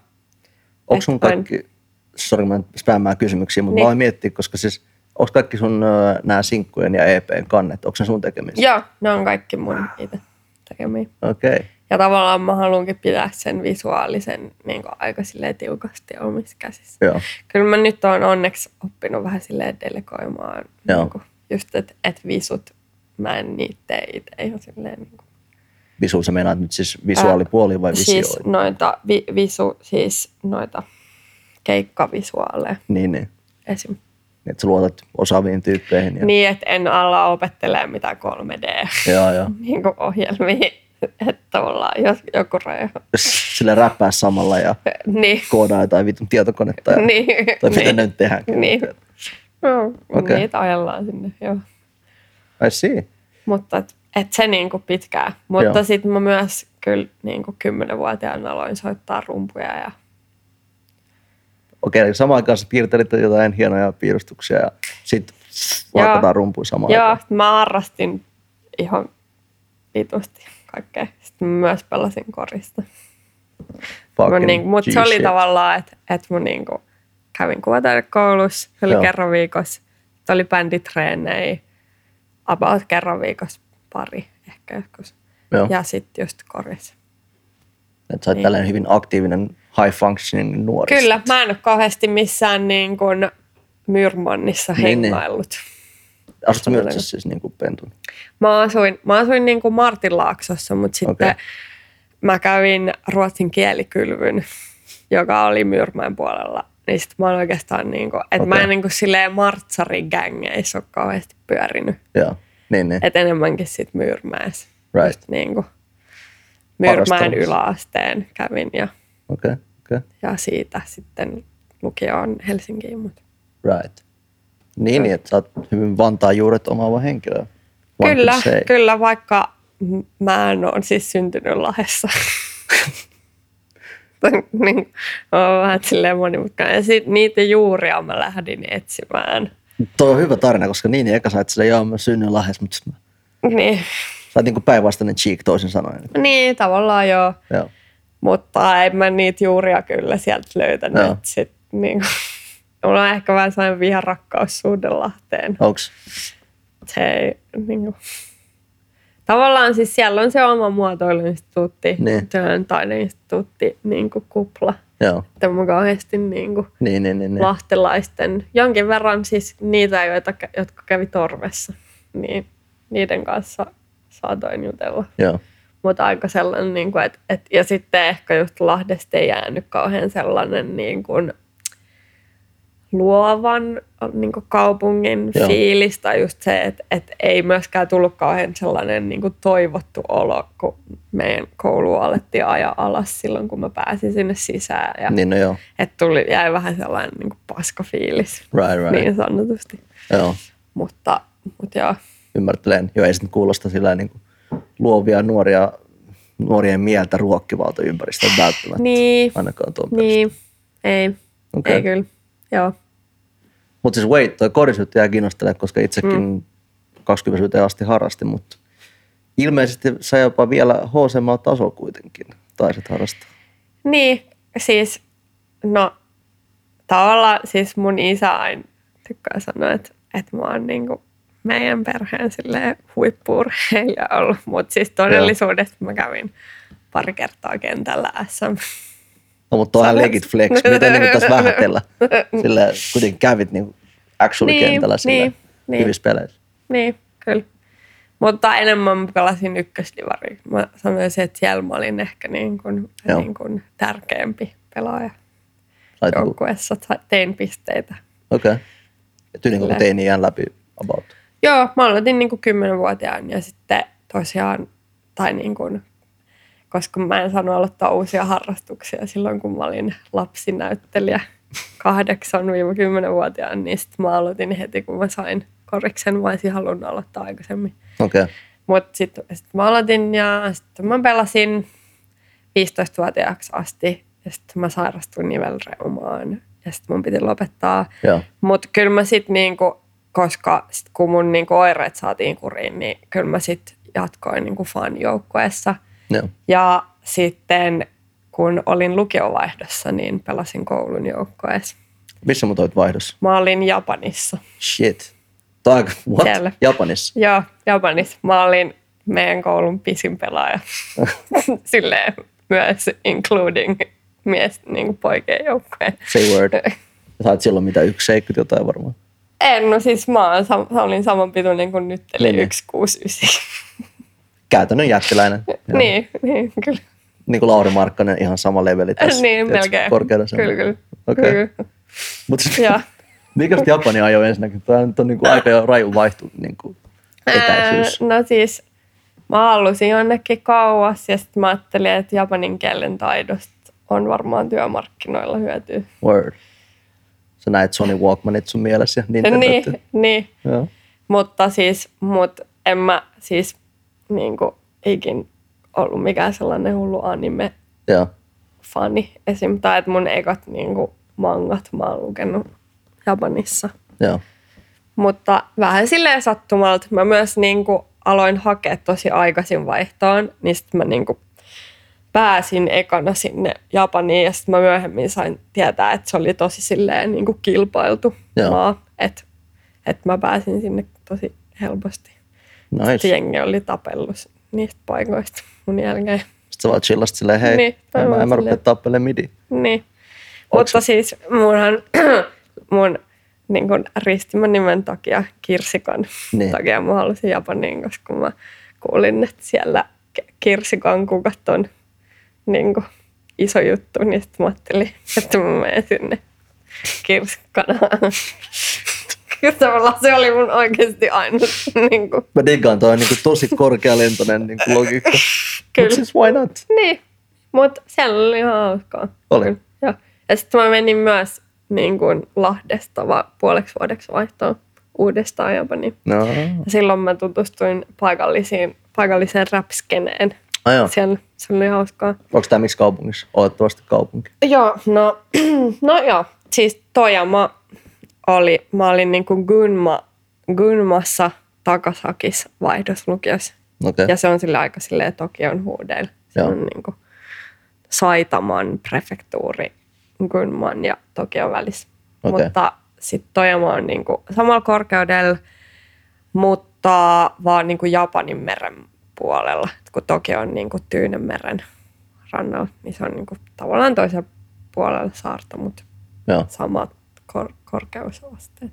S2: Onko sun
S3: Eteenpäin.
S2: kaikki, sori mä spämmään kysymyksiä, mutta niin.
S3: Niin.
S2: mä voin miettiä, koska siis onko kaikki sun ö, nää sinkkujen ja EPn kannet, onko ne sun tekemistä?
S3: Joo, ne on kaikki mun itse tekemiä.
S2: Okei, okay.
S3: Ja tavallaan mä haluankin pitää sen visuaalisen niin aika silleen tiukasti omissa käsissä.
S2: joo.
S3: Kyllä mä nyt oon onneksi oppinut vähän silleen delegoimaan.
S2: Joo.
S3: Niin kuin, just, että et visut, mä en niitä tee itse ihan silleen. Niin kuin.
S2: Visu, sä meinaat nyt siis visuaalipuoli vai visioita?
S3: Siis noita, vi, visu, siis noita keikkavisuaaleja
S2: Niin, niin.
S3: esim.
S2: Että sä luotat osaaviin tyyppeihin. Ja...
S3: Niin, että en ala opettelee mitään 3D
S2: Joo, joo.
S3: niin kuin ohjelmia. Että tavallaan jos joku raja.
S2: Jos sillä räppää samalla ja
S3: Niin,
S2: koodaa jotain vitun tietokonetta ja, niin.
S3: niin.
S2: tai mitä
S3: niin.
S2: ne nyt tehdäänkin.
S3: Niin. No,
S2: Okei.
S3: okay. Niitä ajellaan sinne, joo.
S2: I see.
S3: Mutta et, et se niinku pitkää. Mutta
S2: Joo.
S3: sitten mä myös kyllä niinku kymmenenvuotiaana aloin soittaa rumpuja ja
S2: Okei, eli samaan aikaan sä piirtelit jotain hienoja piirustuksia ja sit
S3: Joo.
S2: laitetaan rumpuun samaan
S3: joo,
S2: aikaan.
S3: mä harrastin ihan vitusti kaikkea. Sitten mä myös pelasin korista. Mä
S2: Fucking
S3: niinku, mutta se oli
S2: G-shit.
S3: tavallaan, että et mä niinku kävin kuvataidekoulussa, se oli
S2: Joo.
S3: kerran viikossa. Sitten oli bänditreenejä, about kerran viikossa pari ehkä joskus.
S2: Joo.
S3: Ja sitten just korissa.
S2: Että sä oot
S3: Niin.
S2: tällainen hyvin aktiivinen high functioning nuori.
S3: Kyllä, mä en ole kauheasti missään niin kuin Myrmannissa
S2: Niin, niin.
S3: hengaillut.
S2: Asut
S3: Sanotaanko?
S2: Myrtsissä siis niin kuin pentun.
S3: Mä asuin, mä asuin niin kuin Martinlaaksossa, mutta sitten
S2: Okei.
S3: mä kävin ruotsin kielikylvyn, joka oli Myrmän puolella. Niin sit mä oon oikeastaan niin kuin, että mä
S2: Okei.
S3: en niin kuin silleen martsarigängeissä ole kauheasti pyörinyt.
S2: Joo, niin niin. Et,
S3: Et enemmänkin sit Myyrmäessä.
S2: Right.
S3: Just niin kuin Myyrmäen
S2: Harrastamassa.
S3: yläasteen kävin ja,
S2: okei, okay, okei, okay.
S3: ja siitä sitten lukioon Helsinkiin. Mutta
S2: right. Niin, niin, että sä oot hyvin Vantaan juuret omaava henkilö. One
S3: Kyllä,
S2: could say.
S3: kyllä, vaikka m- mä en ole siis syntynyt Lahdessa. niin, on vähän silleen monimutkainen. Ja sit niitä juuria mä lähdin etsimään.
S2: Toi on hyvä tarina, koska niin, niin eka sä et sille, joo, mä synnyin lahjas, mutta sit mä...
S3: Niin,
S2: Sä oot niin kuin päinvastainen cheek toisin sanoen.
S3: niin tavallaan joo.
S2: Joo.
S3: Mutta en mä niitä juuria kyllä sieltä löytänyt.
S2: Joo.
S3: No. Sit, niin, mulla on ehkä vähän sellainen viharakkaussuhde Lahteen.
S2: Onks?
S3: Se ei, niin kuin. Tavallaan siis siellä on se oma muotoiluinstituutti,
S2: Niin.
S3: työn taideinstituutti, niin kuin kupla.
S2: Joo.
S3: Että mä kauheasti niin kuin
S2: Niin, niin, niin. niin.
S3: lahtelaisten, jonkin verran siis niitä, joita, kä- jotka kävi torvessa, niin niiden kanssa saatoin jutella.
S2: Joo.
S3: Mutta aika sellainen, niin kuin, et, et, ja sitten ehkä just Lahdesta ei jäänyt kauhean sellainen niin kuin, luovan niin kuin kaupungin
S2: Joo.
S3: Joo. fiilis tai just se, että et ei myöskään tullut kauhean sellainen niin kuin toivottu olo, kun meidän koulu alettiin ajaa alas silloin, kun mä pääsin sinne sisään. Ja
S2: Niin, no joo.
S3: että tuli, jäi vähän sellainen niin kuin paskafiilis,
S2: Right, right.
S3: niin sanotusti.
S2: Joo.
S3: Mutta, mutta joo,
S2: Ymmärtelen. Joo, ei se nyt kuulosta sillä niin kuin luovia nuoria, nuorien mieltä ruokkivalta ympäristön välttämättä.
S3: Niin.
S2: Ainakaan tuon
S3: niin, ei,
S2: Okei.
S3: okay. ei kyllä, joo.
S2: Mutta siis wait, toi korisyyttä jää kiinnostelemaan, koska itsekin mm. 20 asti harrastin, mutta ilmeisesti sä jopa vielä hosema taso kuitenkin taisit harrastaa.
S3: Niin, siis, no, tavallaan siis mun isä aina tykkää sanoa, että, että mä oon niinku meidän perheen silleen huippuurheilija ollut, mutta siis todellisuudessa mä kävin pari kertaa kentällä SM
S2: No mutta toihan legit flex, miten niin tässä vähätellä. Sillä kuitenkin kävit niin actually niin,
S3: Niin,
S2: kentällä sillä niin,
S3: niin, niin.
S2: hyvissä peleissä.
S3: Niin, kyllä. Mutta enemmän mä pelasin ykkösdivaria. Mä sanoisin, että siellä mä olin ehkä niin kuin,
S2: Joo.
S3: niin kuin tärkeämpi pelaaja
S2: Sait niinku-
S3: joukkueessa. Sa- Tein pisteitä.
S2: Okei. Okay. Tyyli niin
S3: Kyllä.
S2: teini iän läpi about.
S3: Joo, mä aloitin niin kuin 10-vuotiaan ja sitten tosiaan, tai niin kuin koska mä en saanut aloittaa uusia harrastuksia silloin, kun mä olin lapsinäyttelijä 8-10-vuotiaan, niin sit mä aloitin heti, kun mä sain koriksen. Mä olisin halunnut aloittaa aikaisemmin.
S2: Okei. Okay.
S3: Mutta sitten sit mä aloitin ja sitten mä pelasin 15-vuotiaaksi asti ja sitten mä sairastuin nivelreumaan ja sitten mun piti lopettaa.
S2: Joo.
S3: Mutta kyllä mä sitten niinku, koska sit kun mun niinku oireet saatiin kuriin, niin kyllä mä sitten jatkoin niinku fanjoukkueessa.
S2: Joo.
S3: Ja sitten kun olin lukiovaihdossa, niin pelasin koulun joukkueessa.
S2: Missä mut olit vaihdossa?
S3: Mä olin Japanissa.
S2: Shit. Tag, what?
S3: Siellä.
S2: Japanissa.
S3: Joo, Japanissa. Mä olin meidän koulun pisin pelaaja. Silleen myös including mies, niin kuin poikien joukkueen.
S2: Say word. Sait silloin mitä, 1,70 jotain varmaan.
S3: En, no siis mä oon sam- mä olin saman pituinen kuin nyt, eli
S2: Niin.
S3: 169.
S2: Käytännön jättiläinen. Joo.
S3: niin, niin, kyllä.
S2: Niin kuin Lauri Markkanen, ihan sama leveli tässä.
S3: niin,
S2: tiedätkö,
S3: melkein.
S2: Korkeudella sen.
S3: Kyllä, kyllä.
S2: Okei.
S3: Kyllä, kyllä.
S2: Mut
S3: Joo.
S2: mikä Japani ajoi ensinnäkin? Tämä nyt on niin kuin aika jo raju vaihtu niin kuin etäisyys.
S3: Ää, No siis mä halusin jonnekin kauas ja sitten mä ajattelin, että japanin kielen taidosta on varmaan työmarkkinoilla hyötyä.
S2: Word. Sä näit Sony Walkmanit sun mielessä ja Nintendo.
S3: Niin, niin.
S2: Joo.
S3: Mutta siis, mut en mä siis niinku ikin ollut mikään sellainen hullu anime
S2: Joo.
S3: fani esim. Tai että mun ekat niinku mangat mä oon lukenut Japanissa.
S2: Joo.
S3: Mutta vähän silleen sattumalta. Mä myös niin kuin aloin hakea tosi aikaisin vaihtoon, niin sitten mä niin kuin pääsin ekana sinne Japaniin ja sitten mä myöhemmin sain tietää, että se oli tosi silleen niin kuin kilpailtu
S2: Joo.
S3: Joo. maa, että et mä pääsin sinne tosi helposti.
S2: Nice.
S3: Sitten
S2: Sitten
S3: jengi oli tapellut niistä paikoista mun jälkeen.
S2: sä vaan chillasit silleen, hei,
S3: Niin,
S2: niin, en, mä, en mä
S3: varmaan
S2: rupea
S3: silleen.
S2: tappelemaan midi.
S3: Niin.
S2: Onks-
S3: Mutta siis munhan mun niin kun ristimän nimen takia, Kirsikan
S2: Niin.
S3: niin. takia mä halusin Japaniin, koska mä kuulin, että siellä ki- Kirsikan kukat on niin kun, iso juttu, niin sitten mä ajattelin, että mä menen sinne kirsikkanaan. Kyllä tavallaan se oli mun oikeasti aina. Niin, kun,
S2: Mä diggaan, toi on niin kuin tosi korkealentoinen niin kuin logiikka. Mutta
S3: kyllä.
S2: siis why not?
S3: Niin, mutta siellä oli ihan hauskaa.
S2: Oli.
S3: Kyllä, Joo. Ja sitten mä menin myös niin kuin Lahdesta va- puoleksi vuodeksi vaihtoon uudestaan Japaniin.
S2: No.
S3: Ja silloin mä tutustuin paikallisiin, paikalliseen rap-skeneen.
S2: Ai Ah, joo.
S3: Siellä, se oli hauskaa.
S2: Onko tämä miksi kaupungissa? Olettavasti kaupunki.
S3: Joo, no, no joo. Siis Tojama oli, mä olin niin kuin Gunma, Gunmassa Takasakis vaihdoslukios.
S2: Okei. Okay.
S3: Ja se on sillä aika silleen Tokion huudeilla. Se
S2: Joo.
S3: Joo. on niin kuin Saitaman prefektuuri Gunman ja Tokion välissä.
S2: Okei.
S3: Okay. Mutta sitten Tojama on niin kuin samalla korkeudella, mutta vaan niin kuin Japanin meren puolella. Et kun Tokio on niin kuin Tyynenmeren rannalla, niin se on niin kuin tavallaan toisella puolella saarta, mutta
S2: Joo.
S3: samat kor- korkeusasteet.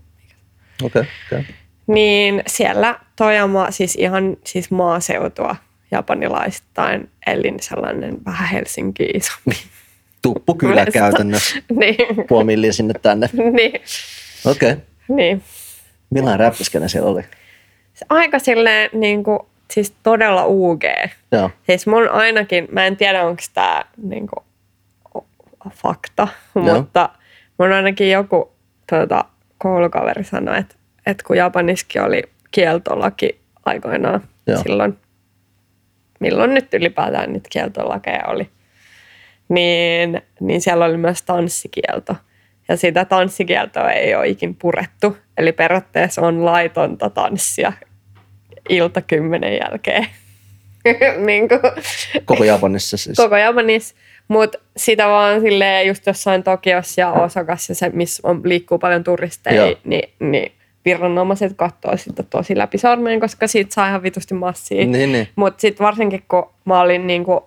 S2: Okei. Okay. Okay.
S3: Niin siellä Tojama, siis ihan siis maaseutua japanilaistain, eli sellainen vähän Helsinki isompi.
S2: Tuppu kylä
S3: Yleistä.
S2: käytännössä.
S3: niin,
S2: Puoli milliä sinne tänne.
S3: niin,
S2: Okei. Okay.
S3: niin.
S2: Millainen räppiskenä siellä oli?
S3: Se Aika silleen niin kuin, siis todella UG.
S2: Joo.
S3: Siis mun ainakin, mä en tiedä onko tämä niin kuin, o- fakta,
S2: Joo.
S3: mutta mun ainakin joku tuota, koulukaveri sanoi, että, että kun Japaniskin oli kieltolaki aikoinaan
S2: Joo.
S3: silloin, milloin nyt ylipäätään niitä kieltolakeja oli, niin, niin siellä oli myös tanssikielto. Ja sitä tanssikieltoa ei ole ikin purettu. Eli periaatteessa on laitonta tanssia ilta kymmenen jälkeen. niin kuin,
S2: Koko Japanissa siis.
S3: koko Japanissa. Mutta sitä vaan silleen just jossain Tokiossa ja Osakassa, se, missä on, liikkuu paljon
S2: Joo.
S3: turisteja, niin, niin viranomaiset katsoo sitä tosi läpi sormen, koska siitä saa ihan vitusti massia.
S2: Niin, niin.
S3: Mutta sitten varsinkin, kun mä olin, niinku,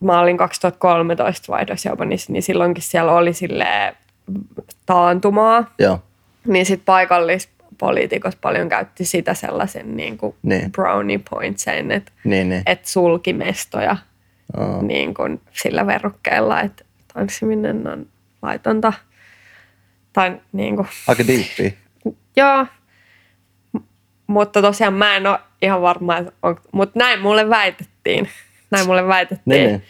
S3: mä olin 2013 vaihdossa Japanissa, niin silloinkin siellä oli silleen taantumaa.
S2: Joo.
S3: Niin sitten paikallispoliitikot paljon käytti sitä sellaisen niinku
S2: Niin.
S3: brownie pointsein, että
S2: Niin, niin.
S3: et sulki mestoja
S2: Aa.
S3: niin kun sillä verukkeella, että tanssiminen on laitonta. Tai niin kun,
S2: Aika diippiä.
S3: joo. M- Mutta tosiaan mä en ole ihan varma, että on, mutta näin mulle väitettiin. Näin mulle väitettiin.
S2: Niin, niin.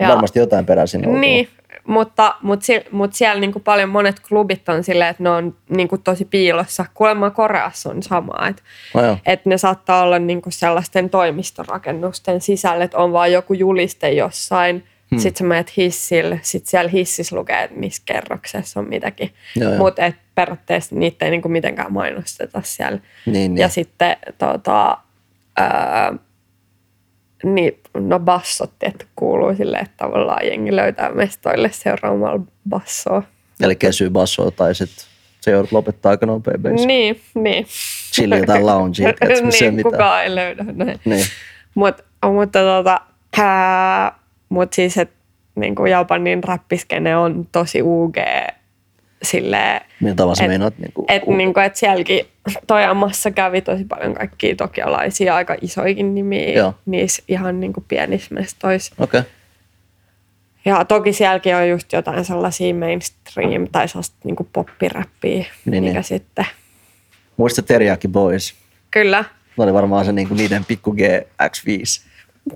S3: Ja-
S2: Varmasti jotain perää siinä on.
S3: Niin, mutta, mutta, si- mutta siellä niinku paljon monet klubit on silleen, että ne on niinku tosi piilossa. Kuulemma Koreassa on sama, että
S2: No joo.
S3: et ne saattaa olla niinku sellaisten toimistorakennusten sisällä, että on vaan joku juliste jossain. Hmm. Sitten sä menet hissille, sitten siellä hississä lukee, että missä kerroksessa on mitäkin.
S2: Joo, joo.
S3: Mutta periaatteessa niitä ei niinku mitenkään mainosteta siellä.
S2: Niin, niin.
S3: Ja sitten tota, ää, niin, no bassot tietty kuuluu silleen, että tavallaan jengi löytää mestoille seuraamalla bassoa.
S2: Eli kesyy bassoa tai sitten se joudut lopettaa aika nopein base. Niin.
S3: Niin, niin.
S2: Chili jotain lounge, et se
S3: niin,
S2: mitään.
S3: kukaan ei löydä näin.
S2: Niin.
S3: Mut, mutta tota, ää, mut siis, että niinku Japanin räppiskene on tosi UG silleen,
S2: Millä tavalla sä
S3: Et-
S2: meinaat? Niin kuin,
S3: että niinku, et sielläkin Toijamassa kävi tosi paljon kaikkia tokialaisia, aika isoikin nimiä
S2: Joo.
S3: niissä ihan niinku pienissä mestoissa.
S2: Okei. Okay.
S3: Ja toki sielläkin on just jotain sellaisia mainstream tai sellaista niinku poppiräppiä,
S2: Niin,
S3: niin, mikä
S2: niin.
S3: niin. sitten,
S2: Muista Teriyaki Boys.
S3: kyllä,
S2: Ne oli varmaan se niinku niiden pikku GX5.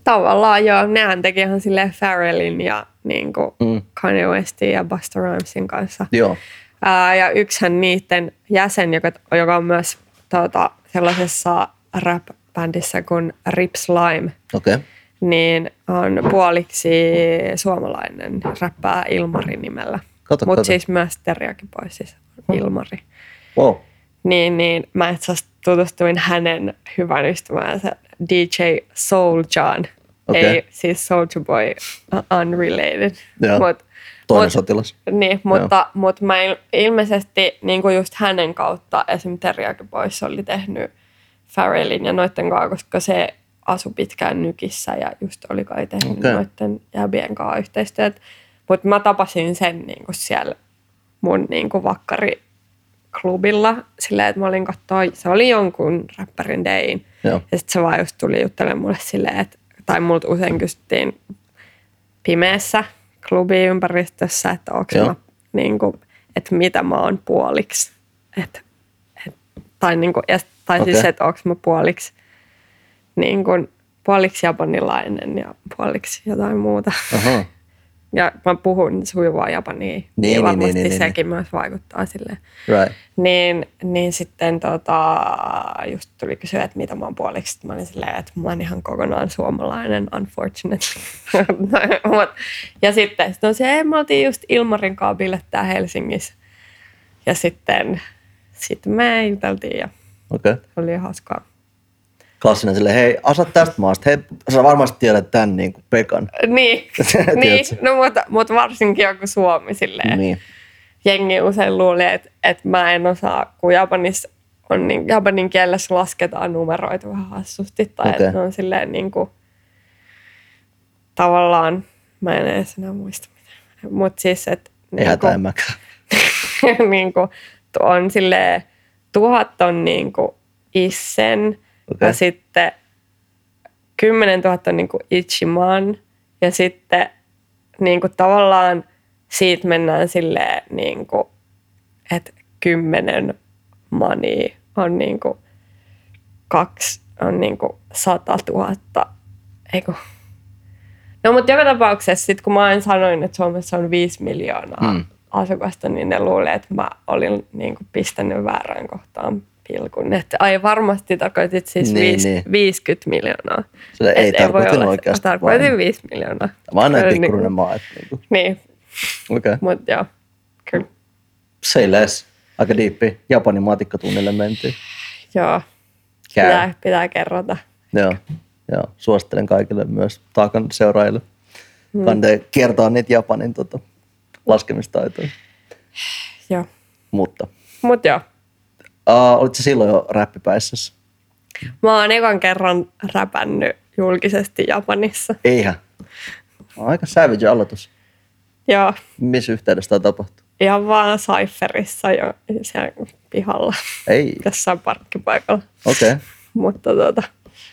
S3: tavallaan joo, nehän teki ihan silleen Pharrellin ja niinku
S2: Mm.
S3: mm. Kanye Westin ja Busta Rhymesin kanssa.
S2: Joo.
S3: Ää, ja yksihän niiden jäsen, joka, joka on myös tuota, sellaisessa rap-bändissä kuin Rip Slime,
S2: Okei. Okay.
S3: niin on puoliksi suomalainen räppää Ilmari nimellä.
S2: Kato, kato.
S3: Mutta siis myös Teriakin pois siis on Ilmari.
S2: Wow.
S3: Niin, niin mä itse asiassa tutustuin hänen hyvän ystävänsä DJ Souljan.
S2: Okei.
S3: Okay. Ei siis Soulja Boy uh, unrelated.
S2: Joo.
S3: Mut,
S2: Toinen
S3: mut-
S2: sotilas.
S3: niin, mutta, mutta mä il, ilmeisesti niin kuin just hänen kautta esimerkiksi Teriyaki Boys oli tehnyt Farrellin ja noitten kanssa, koska se asui pitkään nykissä ja just oli kai tehnyt
S2: Okei.
S3: okay. noitten jäbien kanssa yhteistyötä. Mutta mä tapasin sen niin kuin siellä mun niin kuin vakkariklubilla silleen, että mä olin katsoa, se oli jonkun räppärin dein.
S2: Joo.
S3: Ja sitten se vaan just tuli juttelemaan mulle silleen, että, tai multa usein kysyttiin pimeässä klubiympäristössä, että onko
S2: Joo.
S3: mä, niin kuin, että mitä mä oon puoliksi. Et, et, tai niin kuin, ja, tai okay. siis,
S2: Okei.
S3: että onko mä puoliksi, niin kuin, puoliksi japanilainen ja puoliksi jotain muuta.
S2: Aha.
S3: Ja mä puhun sujuvaa japania, niin,
S2: niin,
S3: niin varmasti
S2: niin,
S3: niin,
S2: niin,
S3: niin, sekin niin. myös vaikuttaa silleen
S2: Right.
S3: niin, niin sitten tota, just tuli kysyä, että mitä mä oon puoliksi. Sitten Mä olin silleen, että mä oon ihan kokonaan suomalainen, unfortunately. No, mut- ja sitten sit on se, me oltiin just Ilmarin kanssa bilettää Helsingissä. Ja sitten, sitten me juteltiin ja
S2: Okei. Okay.
S3: oli hauskaa.
S2: Klassinen silleen, hei, asat tästä maasta. Hei, sä varmasti tiedät tämän niin kuin Pekan.
S3: Niin,
S2: Tiedätkö?
S3: niin no, mutta, mutta varsinkin joku Suomi silleen.
S2: Niin.
S3: jengi usein luuli, että, että mä en osaa, kun Japanissa on niin, japanin kielessä lasketaan numeroita vähän hassusti. Tai
S2: Okei.
S3: okay. että ne on silleen niin kuin, tavallaan, mä en edes enää muista mitään. Mutta siis, että
S2: Ei hätää, en mäkään.
S3: niin kuin, on silleen, tuhat on niin kuin issen,
S2: Okei.
S3: ja sitten kymmenen tuhatta on niin kuin ichiman, ja sitten niin kuin tavallaan siitä mennään silleen, niin kuin, että kymmenen mani on niin kuin kaksi, on niin kuin sata tuhatta, ei kun. No mutta joka tapauksessa, sit kun mä aina sanoin, että Suomessa on viisi miljoonaa
S2: Mm.
S3: mm. asukasta, niin ne luulee, että mä olin niin kuin pistänyt väärään kohtaan pilkun. Että ai varmasti tarkoitit siis
S2: Niin,
S3: niin, viis,
S2: niin.
S3: niin. 50 miljoonaa.
S2: Sillä ei
S3: Et voi
S2: tarkoitin
S3: olla-
S2: oikeasti, vaan-
S3: Tarkoitin 5 miljoonaa.
S2: Vaan näin
S3: Kyllä,
S2: pikkuinen
S3: Niin,
S2: maa. että Niin kuin.
S3: niin
S2: Okei. Okay.
S3: mutta joo, kyllä.
S2: Say less. Aika diippi. Japanin maatikkatunnille mentiin.
S3: Joo,
S2: Käy.
S3: pitää, pitää kerrota.
S2: Joo. Joo. Suosittelen kaikille myös taakan seuraajille. Kannattaa kertaa niitä Japanin tota, laskemistaitoja.
S3: Joo.
S2: Mutta
S3: Mutta joo,
S2: uh, olitko silloin jo räppipäissäsi?
S3: mä oon ekan kerran räpännyt julkisesti Japanissa.
S2: Eihän. Aika savage aloitus.
S3: Joo,
S2: Missä yhteydessä tämä tapahtuu?
S3: ihan vaan Cypherissa jo siellä pihalla,
S2: Ei.
S3: jossain parkkipaikalla.
S2: Okei. Okay.
S3: Mutta tota,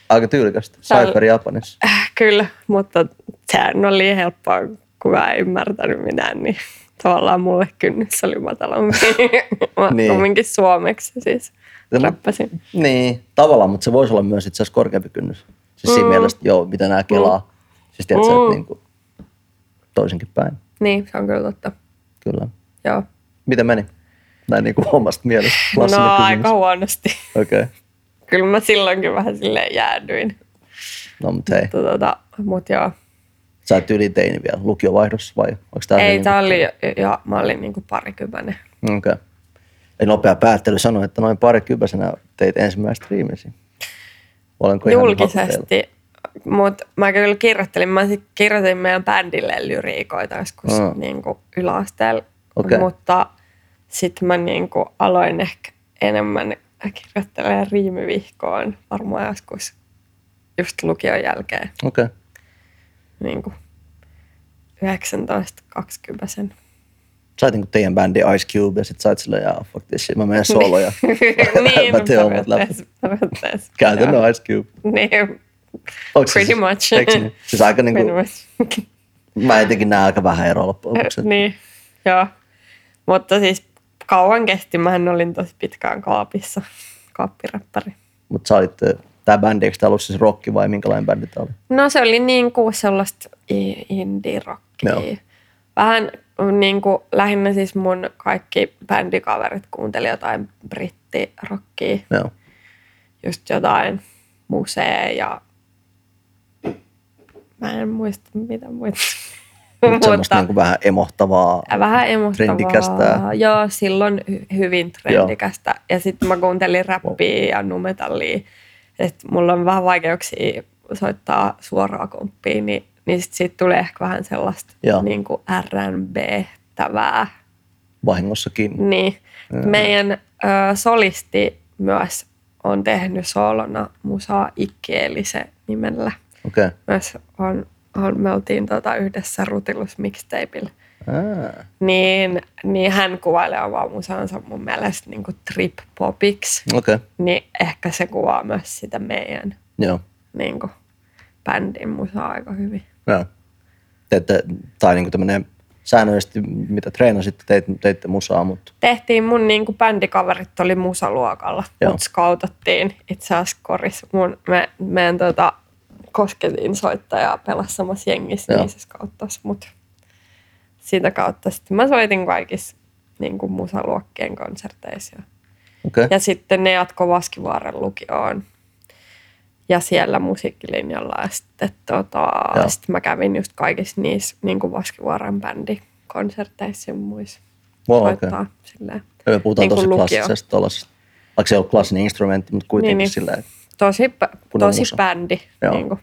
S2: Aika tyylikästä.
S3: Täällä-
S2: Cypher Japanissa.
S3: äh, kyllä, mutta sehän oli helppoa, kukaan ei ymmärtänyt mitään, niin tavallaan mulle kynnys oli matalampi. mä
S2: Niin.
S3: niin. kumminkin suomeksi siis
S2: Ja mä-
S3: räppäsin.
S2: Niin, tavallaan, mutta se voisi olla myös itse asiassa korkeampi kynnys. Siis siinä mm. mielessä, joo, mitä nämä kelaa. Siis tiedätkö, mm.
S3: Mm.
S2: että niin kuin, toisinkin päin,
S3: Niin, se on kyllä totta.
S2: kyllä.
S3: Joo.
S2: Miten meni? Näin niin kuin omasta mielestä. Lassille
S3: no
S2: kysymys.
S3: aika huonosti.
S2: Okei. Okay.
S3: kyllä mä silloinkin vähän silleen jäädyin.
S2: No mut hei,
S3: Mutta tota, mut joo.
S2: sä et yli teini vielä lukiovaihdossa vai onko tää?
S3: Ei,
S2: niin
S3: tää oli, ja mä olin niinku parikymmenen.
S2: Okei. Okay. Eli nopea päättely sanoi, että noin parikypäisenä teit ensimmäistä striimisi. Olenko ihan hakoteilla?
S3: Julkisesti. Mutta mä kyllä kirjoittelin, mä sit kirjoitin meidän bändille lyriikoita joskus
S2: Aa.
S3: mm. niinku yläasteella.
S2: Okei.
S3: Mutta sitten mä niinku aloin ehkä enemmän kirjoittelemaan riimivihkoon varmaan joskus just lukion jälkeen.
S2: Okei. Okay.
S3: Niinku 19-20.
S2: Sait niinku teidän bändi Ice Cube ja sit sait silleen, jaa, fuck this shit, mä menen solo ja
S3: niin,
S2: mä teen omat läpi.
S3: periaatteessa- periaatteessa.
S2: Käytännön Ice Cube.
S3: Niin,
S2: Onks se
S3: Pretty
S2: siis-
S3: much.
S2: eiks niin? Siis aika niinku,
S3: pretty much.
S2: mä jotenkin näen aika vähän eroa loppujen lopuksi.
S3: Niin, joo. Mutta siis kauan kesti, mähän olin tosi pitkään kaapissa, kaappiräppäri.
S2: Mutta sä olit, ö, tää bändi, eikö tää ollut siis rocki vai minkälainen bändi tää oli?
S3: No se oli niin kuin sellaista i- indie-rockia.
S2: Joo.
S3: Vähän niin kuin lähinnä siis mun kaikki bändikaverit kuunteli jotain brittirockia,
S2: Joo.
S3: just jotain musea ja mä en muista mitä muita.
S2: Mutta semmoista niinku vähän emohtavaa.
S3: Ja vähän emostavaa.
S2: Trendikästä.
S3: Joo, silloin hy- hyvin trendikästä. Joo. Ja sitten mä kuuntelin räppiä ja numetallia. Että mulla on vähän vaikeuksia soittaa suoraa komppia, niin, niin sit siitä tulee ehkä vähän sellaista
S2: Joo.
S3: niin kuin R&B-tävää.
S2: Vahingossakin.
S3: Niin.
S2: Joo.
S3: Meidän ö, solisti myös on tehnyt soolona musaa Ikkielisen nimellä.
S2: Okei.
S3: Myös on, on, me oltiin tota yhdessä rutilus mixtapeilla
S2: Okay.
S3: niin, niin hän kuvailee omaa musaansa mun mielestä niin trip-popiksi.
S2: Okei. Okay.
S3: Niin ehkä se kuvaa myös sitä meidän
S2: Joo.
S3: niin kuin, bändin musaa aika hyvin.
S2: Joo. Teette, tai niinku tämmönen säännöllisesti, mitä treenasitte, teit, teitte musaa, mutta
S3: Tehtiin mun niin kuin, bändikaverit oli musaluokalla,
S2: Joo.
S3: mut skautattiin itse asiassa koris. Mun, me, meidän tota, kosketin soittajaa pelasi samassa jengissä,
S2: Joo.
S3: niin se skauttasi mut. Siitä kautta sitten mä soitin kaikissa niin kuin, musaluokkien konserteissa. Ja
S2: okei. Okay.
S3: Ja sitten ne jatko Vaskivaaren lukioon. Ja siellä musiikkilinjalla. Ja sitten tota,
S2: Joo.
S3: sit mä kävin just kaikissa niissä niin kuin Vaskivaaren bändikonserteissa ja muissa.
S2: Wow, okei.
S3: soittaa silleen.
S2: Me puhutaan
S3: Niin kuin
S2: tosi
S3: lukio.
S2: klassisesta tuollaisesta. Vaikka se ei ollut klassinen instrumentti, mutta kuitenkin niin,
S3: niin.
S2: sillä että
S3: Tosi,
S2: Kun on
S3: tosi
S2: musa.
S3: bändi
S2: Joo.
S3: niin kuin,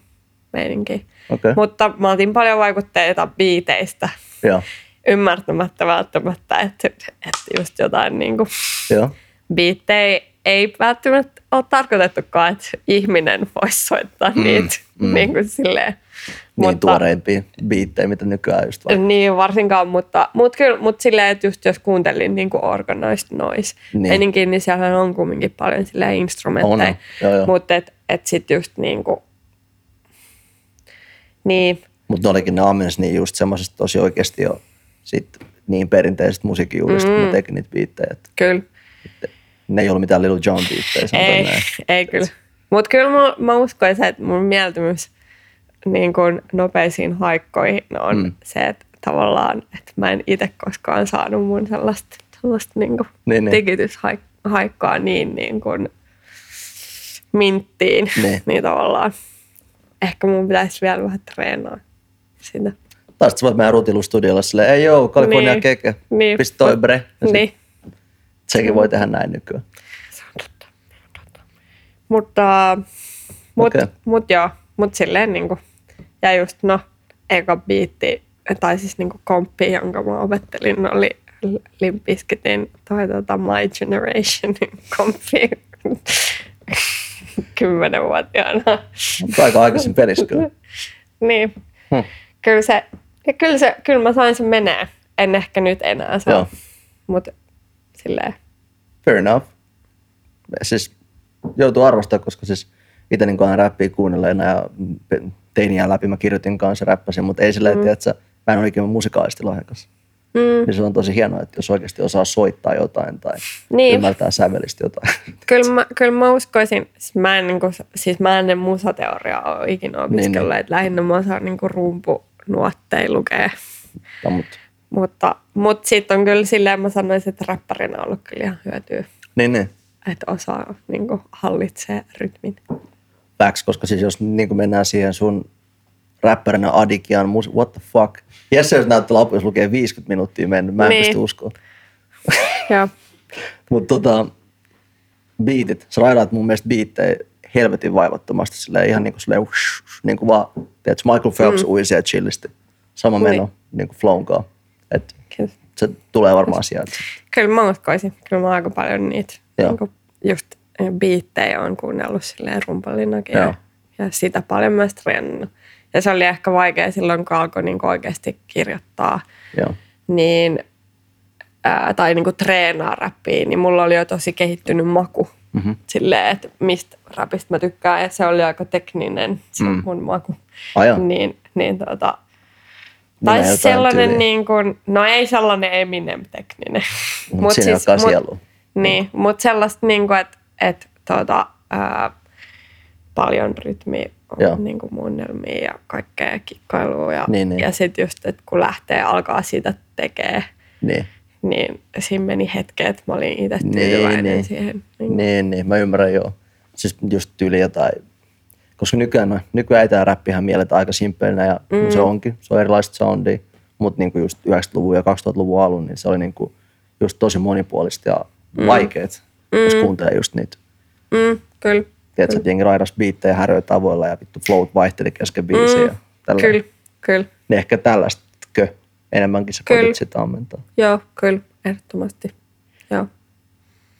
S3: meininki.
S2: Okei.
S3: Mutta mä otin paljon vaikutteita biiteistä
S2: Joo,
S3: ymmärtämättä välttämättä, että, että just jotain niin kuin,
S2: joo.
S3: biittejä ei välttämättä ole tarkoitettukaan, että ihminen voisi soittaa mm, niitä
S2: mm.
S3: mm. niin kuin silleen.
S2: Niin mutta, tuoreimpia biittejä, mitä nykyään just vaikka.
S3: Niin varsinkaan, mutta, mutta kyllä, mutta silleen, että just jos kuuntelin niin kuin organized noise,
S2: Niin.
S3: niin. meininkin, niin siellä on kumminkin paljon silleen
S2: On,
S3: instrumentteja.
S2: on. Joo, joo.
S3: Mutta et, et sitten just niin kuin, niin,
S2: Mutta ne olikin ne Amens niin just semmoisesta tosi oikeasti jo sit niin perinteisestä musiikkijuurista, mm. kun ne teki niitä biittejä. että
S3: kyllä.
S2: Ne ei ollut mitään Little John biittejä, sanotaan
S3: Ei,
S2: näin.
S3: ei kyllä. Mutta kyllä mä, mä uskoisin, että mun mieltymys niin kun nopeisiin haikkoihin on
S2: Mm.
S3: mm. se, että tavallaan, että mä en itse koskaan saanut mun sellaista, sellaista niin
S2: Niin, niin.
S3: niin, niin. tikityshaikkaa niin, niin kun minttiin.
S2: Niin.
S3: Niin. niin tavallaan ehkä mun pitäisi vielä vähän treenaa sitä.
S2: Taas sä voit meidän rutilustudiolla silleen, ei joo, California niin.
S3: Niin.
S2: keke, niin.
S3: Niin.
S2: pistä toi bre. Ja sit
S3: Niin.
S2: Sekin voi tehdä näin nykyään.
S3: Se on totta. Se on totta. Mutta mut,
S2: Okei.
S3: okay. mut joo, mut silleen niinku, ja just no, eka biitti, tai siis niinku komppi, jonka mä opettelin, oli Limpiskitin toi tota My Generation komppi kymmenenvuotiaana.
S2: Mutta aika aikaisin pelissä kyllä.
S3: Niin,
S2: Hmm.
S3: kyllä se, ja kyllä se, kyllä mä sain sen menee. En ehkä nyt enää
S2: Joo.
S3: saa, mutta silleen,
S2: Fair enough. Siis joutuu arvostaa, koska siis itse niin aina räppiä kuunnelleena ja teiniä läpi mä kirjoitin kanssa räppäsin, mutta ei silleen, mm. tiedätkö, mä en ole ikinä musikaalisti lahjakas.
S3: Mm,
S2: Niin se on tosi hienoa, että jos oikeasti osaa soittaa jotain tai niin.
S3: niin,
S2: ymmärtää sävelistä jotain.
S3: kyllä mä, kyllä mä uskoisin, siis mä en, niin kuin, siis mä en musateoriaa ole ikinä opiskellut,
S2: Niin,
S3: niin, että lähinnä mä osaan niin kuin rumpu nuotteja lukea.
S2: Tai mut,
S3: Mutta, mutta sitten on kyllä silleen, mä sanoisin, että räppärinä on ollut kyllä ihan hyötyä,
S2: niin, niin.
S3: että osaa niin kuin, hallitsee rytmin.
S2: Facts, koska siis jos niin kuin mennään siihen sun räppärinä Adikian, mus- what the fuck. Jesse, jos näyttää lapu, jos lukee 50 minuuttia mennyt, mä en
S3: Niin.
S2: pysty uskoa.
S3: Joo.
S2: Mutta tota, biitit, sä raidaat mun mielestä biittejä helvetin vaivattomasti, silleen ihan niin kuin, silleen, ush, ush, niin kuin vaan, tiedätkö, Michael Phelps mm. ui siellä chillisti. Sama
S3: Ui.
S2: meno, niin kuin flown kaa. Et
S3: Kyllä.
S2: se tulee varmaan sieltä.
S3: Kyllä mä uskoisin. Kyllä mä aika paljon niitä
S2: Joo.
S3: niin kuin just biittejä on kuunnellut silleen rumpalinakin.
S2: Joo.
S3: Ja, ja sitä paljon myös treenannut. Ja se oli ehkä vaikea silloin, kun alkoi niin oikeasti kirjoittaa
S2: Joo.
S3: niin, ää, tai niin kuin treenaa räppiä, niin mulla oli jo tosi kehittynyt maku.
S2: Mhm.
S3: Silleen, että mistä räpistä mä tykkään. Ja se oli aika tekninen se
S2: Mm.
S3: mm. mun maku.
S2: Aja.
S3: Niin, niin tota,
S2: Minä
S3: tai
S2: jotain tyyliä.
S3: sellainen, niin kuin, no ei sellainen Eminem-tekninen.
S2: Mut siinä ei olekaan sielua.
S3: siis Niin, mutta sellaista, niin kuin, että et, tota, ää, paljon rytmiä
S2: Joo.
S3: on niin kuin muunnelmia ja kaikkea kikkailua. Ja,
S2: Niin, niin.
S3: ja sitten just, että kun lähtee alkaa sitä tekee,
S2: Niin.
S3: niin siinä meni hetki, että mä olin itse
S2: Niin,
S3: tyytyväinen
S2: niin.
S3: siihen. Niin,
S2: Niin, niin, mä ymmärrän joo. Siis just tyyli jotain, koska nykyään, no, nykyään ei tämä räppihän mielletään aika simppelinä ja mm. se onkin, se on erilaista soundia, mutta niinku just 90-luvun ja 2000-luvun alun, niin se oli niinku just tosi monipuolista ja mm. vaikeet, mm. jos kuuntelee just niitä.
S3: Mm, kyllä,
S2: Tiedätkö, että jengi raidas biittejä häröi tavoilla ja vittu float vaihteli kesken biisiä. Mm. Ja tällä,
S3: kyllä, kyllä.
S2: Niin ehkä tällaistkö enemmänkin sä
S3: Kyllä.
S2: koitit sitä ammentaa.
S3: Joo, kyllä, ehdottomasti. Joo.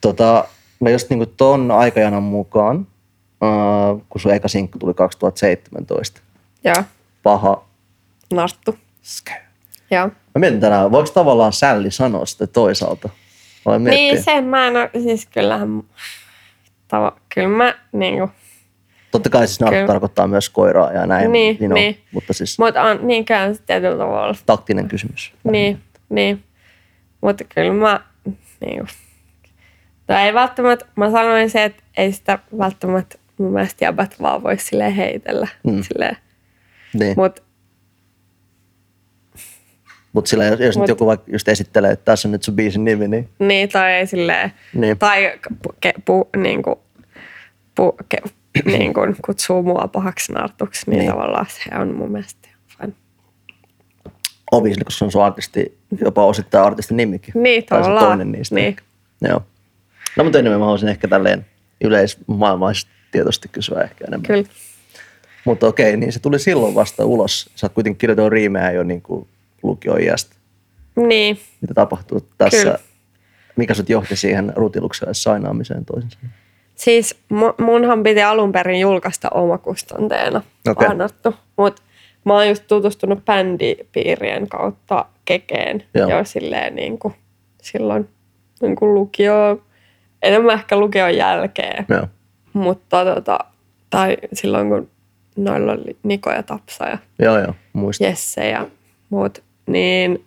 S2: Tota, no just niinku ton aikajanan mukaan, äh, kun sun eka sinkku tuli 2017,
S3: Joo,
S2: paha
S3: narttu.
S2: skä.
S3: Joo.
S2: Mä mietin tänään, voiko tavallaan sälli sanoa sitä toisaalta? Olen miettinyt.
S3: Niin sen mä en ole, siis kyllähän, tavo, kyllä mä niinku,
S2: Totta kai siis narkko
S3: Kyllä.
S2: tarkoittaa myös koiraa ja näin,
S3: Niin,
S2: you know,
S3: niin.
S2: mutta siis
S3: mut on niinkään se tietyllä tavalla.
S2: taktinen kysymys.
S3: Niin, niin. Mutta kyllä mä, niinku, tai ei välttämättä, mä sanoin se, että ei sitä välttämättä mun mielestä jäbät vaan voi silleen heitellä.
S2: Mm.
S3: Mm. Silleen.
S2: Niin. Mutta
S3: Mut
S2: Mut sillä jos, jos nyt
S3: mut-
S2: joku vaikka just esittelee, että tässä on nyt sun biisin nimi, niin,
S3: niin, tai ei silleen,
S2: niin
S3: tai pu, ke, pu, niinku, pu, ke, niinku, kutsuu mua pahaksi nartuksi, niin,
S2: Niin.
S3: niin, tavallaan se on mun mielestä fine.
S2: obviously, koska se on sun artisti, jopa osittain artistin nimikin.
S3: Niin,
S2: Tai se on
S3: tavallaan.
S2: toinen niistä.
S3: Niin.
S2: Joo. No mutta enemmän mä haluaisin ehkä tälleen yleismaailmaisesti tietoisesti kysyä ehkä enemmän.
S3: Kyllä.
S2: Mutta okei, niin se tuli silloin vasta ulos. Sä oot kuitenkin kirjoittanut riimejä jo niin kuin lukioiästä.
S3: Niin,
S2: Mitä tapahtuu tässä? Kyllä.
S3: Kyllä.
S2: Mikä sut johti siihen rutilukseen sainaamiseen toisensa?
S3: Siis mu- munhan piti alun perin julkaista omakustanteena
S2: Okei.
S3: okay. painottu, mutta mä oon just tutustunut bändipiirien kautta kekeen
S2: Joo.
S3: Joo. jo silleen niin kuin, silloin niin kuin lukio, enemmän ehkä lukion jälkeen,
S2: Joo.
S3: mutta tota, tai silloin kun noilla oli Niko ja Tapsa ja
S2: Joo, joo. Muistan.
S3: Jesse ja muut, niin,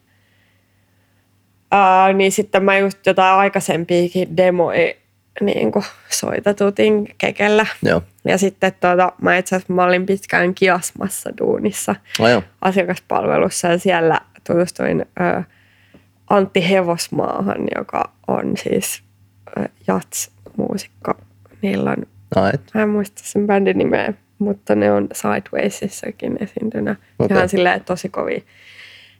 S3: ää, niin sitten mä just jotain aikaisempiakin demoja niin soitatutin kekellä.
S2: Joo.
S3: Ja sitten tuota, mä itse asiassa mä olin pitkään kiasmassa duunissa
S2: No, joo.
S3: asiakaspalvelussa ja siellä tutustuin ö, Antti Hevosmaahan, joka on siis ö, jats-muusikko. Niillä on,
S2: Right.
S3: mä en muista sen bändin nimeä, mutta ne on Sidewaysissakin esiintynä.
S2: Okei.
S3: Okay. Ihan silleen tosi kovia.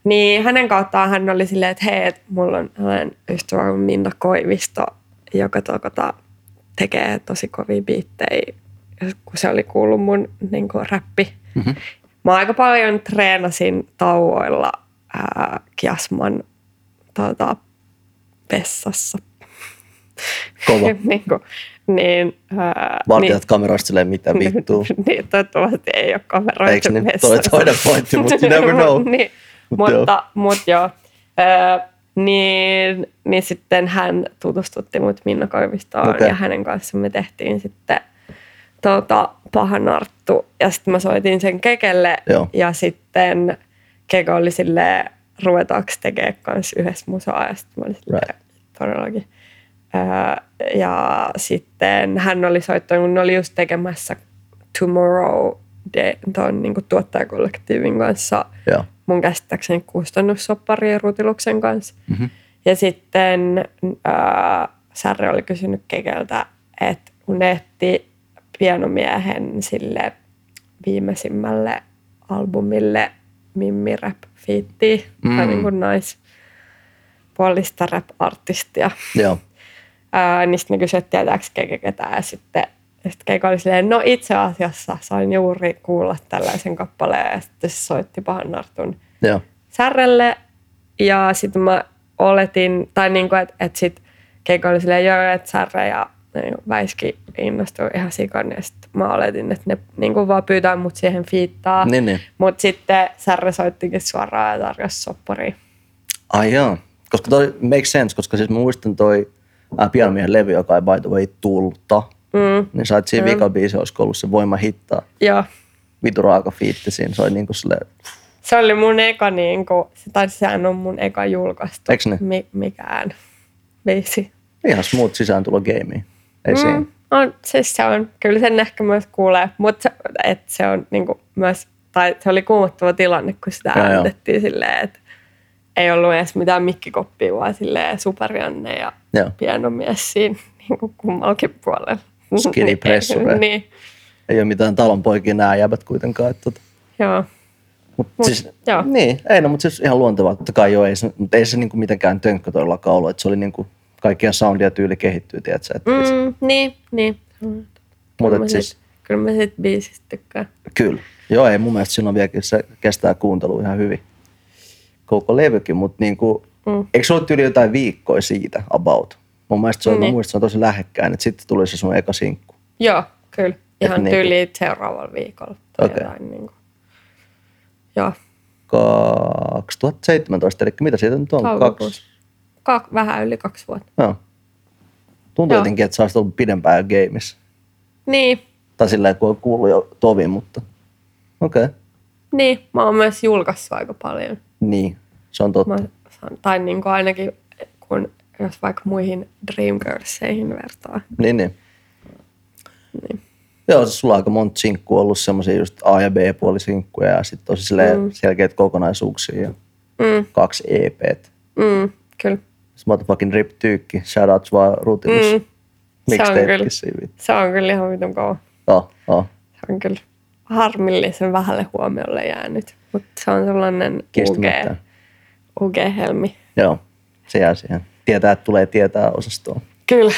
S3: Niin hänen kauttaan hän oli silleen, että hei, et mulla on hänen ystävä on Minna Koivisto, joka tokota, tekee tosi kovia biittejä, kun se oli kuullut mun niin kuin, räppi.
S2: Mhm.
S3: Mm-hmm. Mä aika paljon treenasin tauoilla ää, Kiasman tota, vessassa.
S2: Kova.
S3: niin, kuin, niin, ää,
S2: Vartijat kamerasta silleen, mitä vittua.
S3: niin, toivottavasti ei ole kameroita
S2: Eikö niin?
S3: vessassa.
S2: Toi oli toinen pointti, mut you never know.
S3: niin,
S2: Mut joo.
S3: mutta, mut joo. Öö, niin, niin sitten hän tutustutti mut Minna Koivistoon
S2: Okei.
S3: okay. ja hänen kanssaan me tehtiin sitten tota, pahan arttu. Ja sitten mä soitin sen Kekelle
S2: Joo.
S3: ja sitten Keke oli silleen, ruvetaanko tekemään kanssa yhdessä musaa. Ja sitten mä olin
S2: Right.
S3: right. todellakin. Öö, ja sitten hän oli soittanut, kun ne oli just tekemässä Tomorrow Day, tuon niin tuottajakollektiivin kanssa
S2: Joo.
S3: mun käsittääkseni kustannussopparien rutiluksen kanssa.
S2: Mhm.
S3: Ja sitten äh, Särre oli kysynyt Kekeltä, että kun ne ehti pianomiehen sille viimeisimmälle albumille Mimmi Rap Fiittiin, mm. tai
S2: Mm.
S3: niin kuin naispuolista rap-artistia.
S2: Joo.
S3: Ää, niin sitten ne kysyivät, tietääkö Keke ketään. Ja sitten sit Keikka oli silleen, no itse asiassa sain juuri kuulla tällaisen kappaleen. Ja sitten se soitti pahan nartun
S2: Joo.
S3: särrelle. Ja sitten mä oletin, tai niin kuin, että et sitten Keikka oli silleen, joo, että särre ja niin Väiski innostui ihan sikan. Ja sitten mä oletin, että ne niin kuin vaan pyytää mut siihen fiittaa.
S2: Niin, niin.
S3: Mutta sitten Särre soittikin suoraan ja tarjosi soppariin.
S2: Ai joo. Koska toi makes sense, koska siis mä muistan toi ää, Pianomiehen levy, joka ei by the way tulta,
S3: Mm,
S2: niin sait siinä viikon biisi, olisiko ollut se voima hittaa.
S3: joo.
S2: Vitu raaka fiitti siinä, se oli niinku silleen,
S3: Se oli mun eka, niin kuin, tai sehän on mun eka julkaistu.
S2: Eiks ne?
S3: Mi- mikään biisi.
S2: ihan smooth sisääntulo gamei. Ei mm. siinä.
S3: Mm, on, siis se on, kyllä sen ehkä myös kuulee, mutta et se on niin kuin, myös, tai se oli kuumottava tilanne, kun sitä
S2: Joo, joo.
S3: äänitettiin silleen, että ei ollut edes mitään mikkikoppia, vaan silleen superianne ja
S2: Joo.
S3: pianomies siinä niin kuin kummallakin puolella.
S2: Skinny
S3: Niin,
S2: pressure.
S3: Niin,
S2: Ei ole mitään talonpoikia nämä jäbät kuitenkaan. Että, tota.
S3: joo.
S2: Mut, siis,
S3: joo.
S2: Niin, ei no, mutta siis ihan luontevaa. Totta kai joo, ei se, mutta ei se niinku mitenkään tönkkö todellakaan ollut. Että se oli niinku, kaikkien soundia tyyli kehittyy, tiedätkö? Et, mm.
S3: Mm, niin, niin.
S2: Mutta
S3: Kyllä mä
S2: et siis,
S3: sit, kyllä mä sit biisistä tykkään.
S2: kyllä. Joo, ei mun mielestä silloin vieläkin se kestää kuuntelu ihan hyvin. Koko levykin, mutta niinku, mm.
S3: Mm.
S2: eikö se ollut yli jotain viikkoja siitä about? Mun mielestä se on, mm.
S3: Niin.
S2: muistan, se on tosi lähekkäin, että sitten tuli se sun eka sinkku.
S3: Joo, kyllä. Ihan
S2: niinku-
S3: tyyliin seuraavalla viikolla. Tai
S2: Okei.
S3: okay. jotain, niin kuin. Joo,
S2: 2017, eli mitä siitä nyt on?
S3: Toukokuussa. Ka- vähän yli kaksi vuotta.
S2: Joo. Tuntuu
S3: Joo.
S2: jotenkin, että sä olisit ollut pidempään jo gameissa.
S3: Niin,
S2: Tai sillä lailla, kun on kuullut jo tovin, mutta okei. Okay.
S3: niin. Mä oon myös julkaissut aika paljon.
S2: Niin, se on totta.
S3: Mä
S2: Mä...
S3: saan, tai niin kuin ainakin, kun jos vaikka muihin Dreamgirlseihin vertaa.
S2: Niin, niin.
S3: Niin.
S2: Joo, siis sulla on aika monta sinkkua ollut semmoisia just A- ja B-puolisinkkuja ja sitten tosi silleen mm. selkeät kokonaisuuksia ja
S3: Mm,
S2: kaksi EPtä.
S3: mm, kyllä.
S2: Sitten motherfucking rip tyykki, shoutouts vaan rutinus. Mm.
S3: Mm, se on kyllä.
S2: siinä.
S3: Se on kyllä ihan vitun kova.
S2: Oh, oh.
S3: Se on kyllä harmillisen vähälle huomiolle jäänyt. Mutta se on sellainen
S2: Kestämättä.
S3: UG-helmi.
S2: Joo, se jää siihen. Tietää, että tulee tietää osastoon.
S3: Kyllä,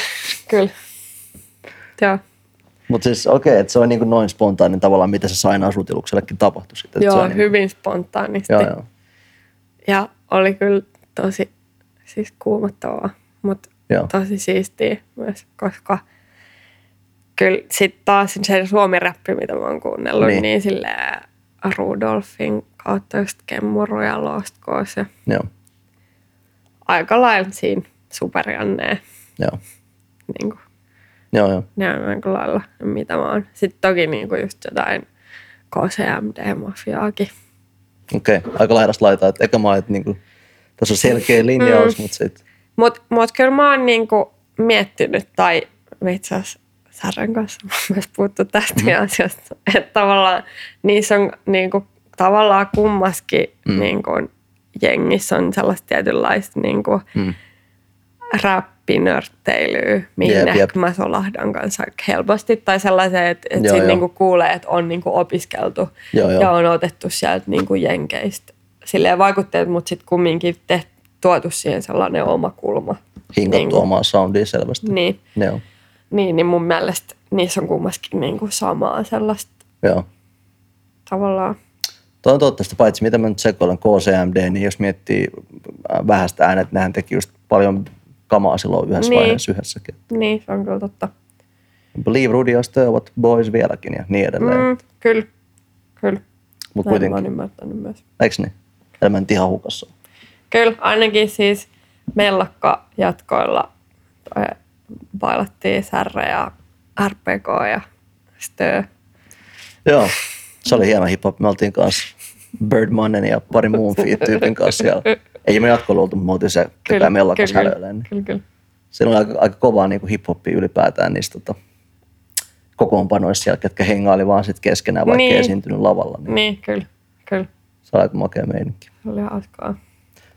S3: kyllä. Joo,
S2: Mutta siis okei, okay, että se on niinku noin spontaani tavallaan, mitä se sainaus rutiluksellekin tapahtui sitten. et se
S3: joo
S2: on
S3: niin...
S2: niinku-
S3: hyvin spontaanisti.
S2: Joo, joo.
S3: Ja oli kyllä tosi siis kuumottavaa, mutta
S2: Joo.
S3: tosi siistiä myös, koska kyllä sitten taas se suomi-räppi, mitä mä oon kuunnellut,
S2: Niin.
S3: niin, niin silleen Rudolfin kautta just Kemmuru ja Lost Cause ja
S2: Joo,
S3: aika lailla siinä superjanneen.
S2: joo.
S3: Niin kuin.
S2: Joo, joo.
S3: ne on aika lailla, mitä mä oon. Sitten toki niinku just jotain KCMD-mafiaakin.
S2: Okei, okay. aika laidasta laitaa. Et eka mä olin, että niinku, tässä on selkeä linjaus, mm. mutta sitten...
S3: Mutta mut kyllä mä oon niinku miettinyt, tai me itse asiassa Särön kanssa on myös puhuttu tästä mm. asiasta, että tavallaan niissä on niinku, tavallaan kummaskin mm. niinku, jengissä on sellaista tietynlaista niinku,
S2: Mm.
S3: mm. räppinörtteilyä, mihin
S2: Jep,
S3: jep,
S2: jep.
S3: jep. mä solahdan kanssa aika helposti, tai sellaisen, että et
S2: Joo, joo.
S3: sit niinku kuulee, että on niinku opiskeltu
S2: Joo, joo.
S3: ja on otettu sieltä niinku jenkeistä silleen vaikutteet, mutta sitten kumminkin tehty tuotu siihen sellainen oma kulma.
S2: hinkattu
S3: Niin
S2: niin
S3: kuin-
S2: omaa soundia selvästi.
S3: Niin,
S2: Joo.
S3: niin, niin mun mielestä niissä on kummaskin niin kuin samaa sellaista
S2: joo.
S3: tavallaan.
S2: Toi on totta, sitä paitsi mitä mä nyt sekoilen KCMD, niin jos miettii äh, vähästä äänet, nehän teki just paljon kamaa silloin yhdessä niin.
S3: Niin.
S2: vaiheessa yhdessäkin.
S3: Niin, se on kyllä totta.
S2: Believe Rudy ja Stö ovat boys vieläkin ja niin edelleen. Mm.
S3: Mm, kyllä, kyllä.
S2: Mutta
S3: Näin Mä
S2: kuitenkin,
S3: oon ymmärtänyt myös.
S2: eiks niin? Eli mä nyt ihan hukassa. ole.
S3: Kyllä, ainakin siis mellakka jatkoilla toi, bailattiin särre ja RPK ja stö.
S2: Joo, se oli hieno hip-hop, me oltiin kanssa. Bird Mannen ja pari muun tyypin kanssa siellä. Ei me jatkolla oltu, mutta me oltiin se pitää mellakas
S3: kyllä,
S2: häröillä. Niin.
S3: kyllä, kyllä.
S2: Siellä oli aika, aika kovaa niin hip-hoppia ylipäätään niistä tota, kokoonpanoissa siellä, ketkä hengaili vaan sit keskenään, vaikka niin. ei
S3: Niin.
S2: esiintynyt lavalla. Niin, niin.
S3: Niin, kyllä, kyllä.
S2: Se oli aika makea meininki.
S3: Se oli hauskaa.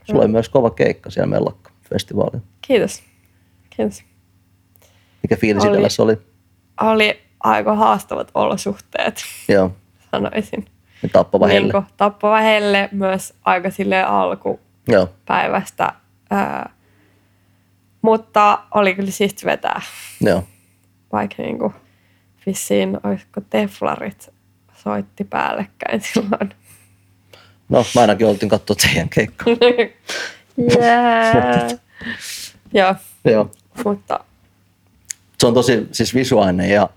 S2: Sulla oli myös kova keikka siellä mellakka festivaalilla.
S3: Kiitos. Kiitos.
S2: Mikä fiilis
S3: Oli.
S2: itsellä se oli?
S3: Oli aika haastavat olosuhteet,
S2: Joo,
S3: sanoisin.
S2: ja tappava niin helle.
S3: Niinku, tappava helle myös aika silleen alku,
S2: Joo,
S3: päivästä. Ää, mutta oli kyllä siisti vetää,
S2: joo.
S3: vaikka niinku vissiin olisiko teflarit soitti päällekkäin silloin.
S2: No, mä ainakin oltiin katsoa teidän keikkaa.
S3: Yeah. Joo,
S2: joo.
S3: mutta
S2: Se on tosi siis visuaalinen ja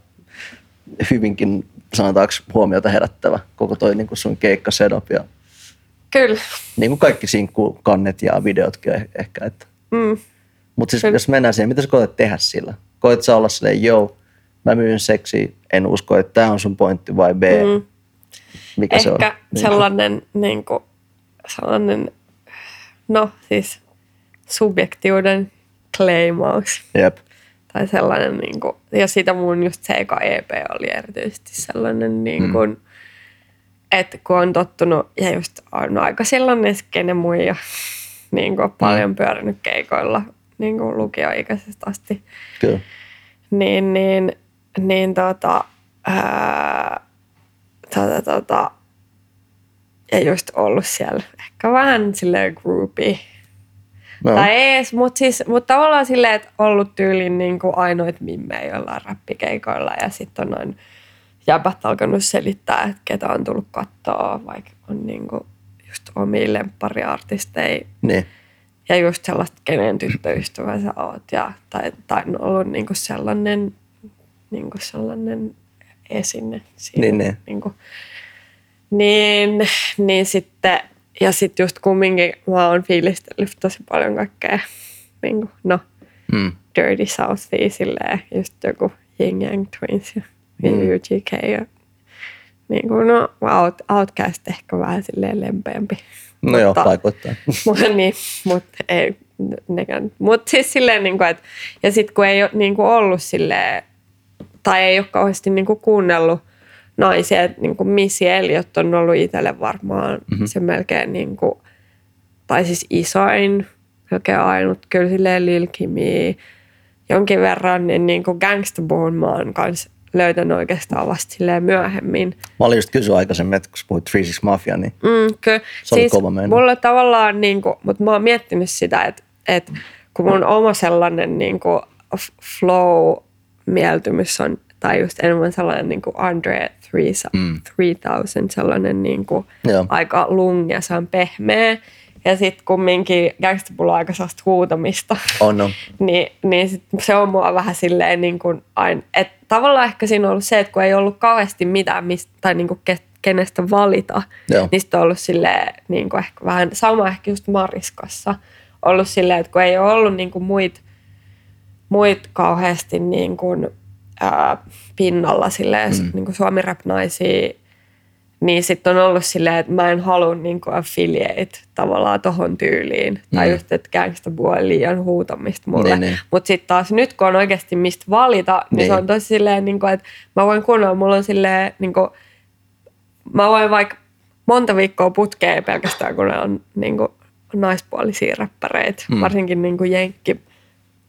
S2: hyvinkin sanotaanko huomiota herättävä koko toi niin sun keikka setup ja
S3: kyllä.
S2: niin kuin kaikki sinkkukannet ja videotkin eh- ehkä. Että.
S3: Mm.
S2: Mutta siis
S3: Kyllä.
S2: jos mennään siihen, mitä sä koetat tehdä sillä? Koet sä olla silleen, joo, mä myyn seksi, en usko, että tämä on sun pointti vai B, mm.
S3: Mm.
S2: mikä se on?
S3: Ehkä
S2: Niin.
S3: sellainen, niinku, sellainen, no siis subjektiuden claimaus.
S2: Jep,
S3: Tai sellainen, niin kuin, ja siitä mun just se eka EP oli erityisesti sellainen, niin kuin, mm. että kun on tottunut ja just on aika sellainen skene muija, niin kuin
S2: Mm.
S3: paljon pyörinyt keikoilla niin kuin lukioikäisestä asti,
S2: kyllä.
S3: niin, niin, niin tota, ää, tota, tota, ja just ollut siellä ehkä vähän silleen groupie
S2: No,
S3: tai ees, mutta siis, mut tavallaan silleen, että ollut tyylin niin kuin ainoit mimmejä jollain räppikeikoilla ja sitten on noin jäbät alkanut selittää, että ketä on tullut kattoa, vaikka on niin kuin just omia lemppariartisteja
S2: niin,
S3: ja just sellaista, kenen tyttöystävä sä oot ja, tai, tai on ollut niin kuin sellainen, niin kuin sellainen esine siinä.
S2: Niin, niin.
S3: Niin, kuin, niin, niin sitten, ja sitten just kumminkin mä oon fiilistellyt tosi paljon kaikkea, niin kuin, no,
S2: mm.
S3: Dirty Southia silleen, just joku Ying Yang Twins ja
S2: Mm.
S3: mm. UGK ja niin kuin, no, out, Outcast ehkä vähän silleen lempeämpi.
S2: no joo,
S3: Mutta-
S2: paikoittain.
S3: mutta niin, mut ei nekään. Mut siis silleen, niin kuin, että, ja sitten kun ei ole niin kuin ollut silleen, tai ei ole kauheasti niin kuin kuunnellut naisia, että niin kuin Missy Elliot on ollut itselle varmaan mm-hmm. se melkein, niin kuin, tai siis isoin, melkein ainut, kyllä silleen Lil Kimi, jonkin verran, niin, niin kuin Gangsta Bone mä oon kanssa löytänyt oikeastaan vasta silleen myöhemmin.
S2: Mä olin just kysyä aikaisemmin, että kun sä puhuit 36 Mafia, niin
S3: Mm, kyllä.
S2: Se oli kova meno.
S3: Mulla tavallaan, niin kuin, mutta mä oon miettinyt sitä, että, että kun mun oma sellainen niin kuin flow-mieltymys on, tai just enemmän sellainen niin kuin Andre 3000,
S2: Mm.
S3: 3000 sellainen niin kuin
S2: Joo.
S3: aika lungia, se on pehmeä. Ja sitten kumminkin gangstapulla on aika sellaista huutamista
S2: on, on.
S3: niin, niin sit se on mua vähän silleen niin kuin aina, että tavallaan ehkä siinä on ollut se, että kun ei ollut kauheasti mitään mistä, tai niin kuin ke, kenestä valita,
S2: Joo.
S3: niin sitten on ollut silleen niin kuin ehkä vähän, sama ehkä just Mariskassa, ollut silleen, että kun ei ole ollut niin kuin muit, muit kauheasti niin kuin, ää, pinnalla silleen, mm. niin kuin suomi rap naisia niin sitten on ollut silleen, että mä en halua niin affiliate tavallaan tohon tyyliin. Tai
S2: Mm.
S3: just, että gangsta on liian huutamista mulle.
S2: Niin, niin.
S3: Mutta sitten taas nyt, kun on oikeasti mistä valita, niin, niin. se
S2: Niin.
S3: on tosi silleen, niin kuin, että mä voin kuunnella, mulla on silleen, niin kuin, mä voin vaikka monta viikkoa putkea pelkästään, kun ne on niin kuin, naispuolisia räppäreitä,
S2: Mm.
S3: mm. varsinkin niin kuin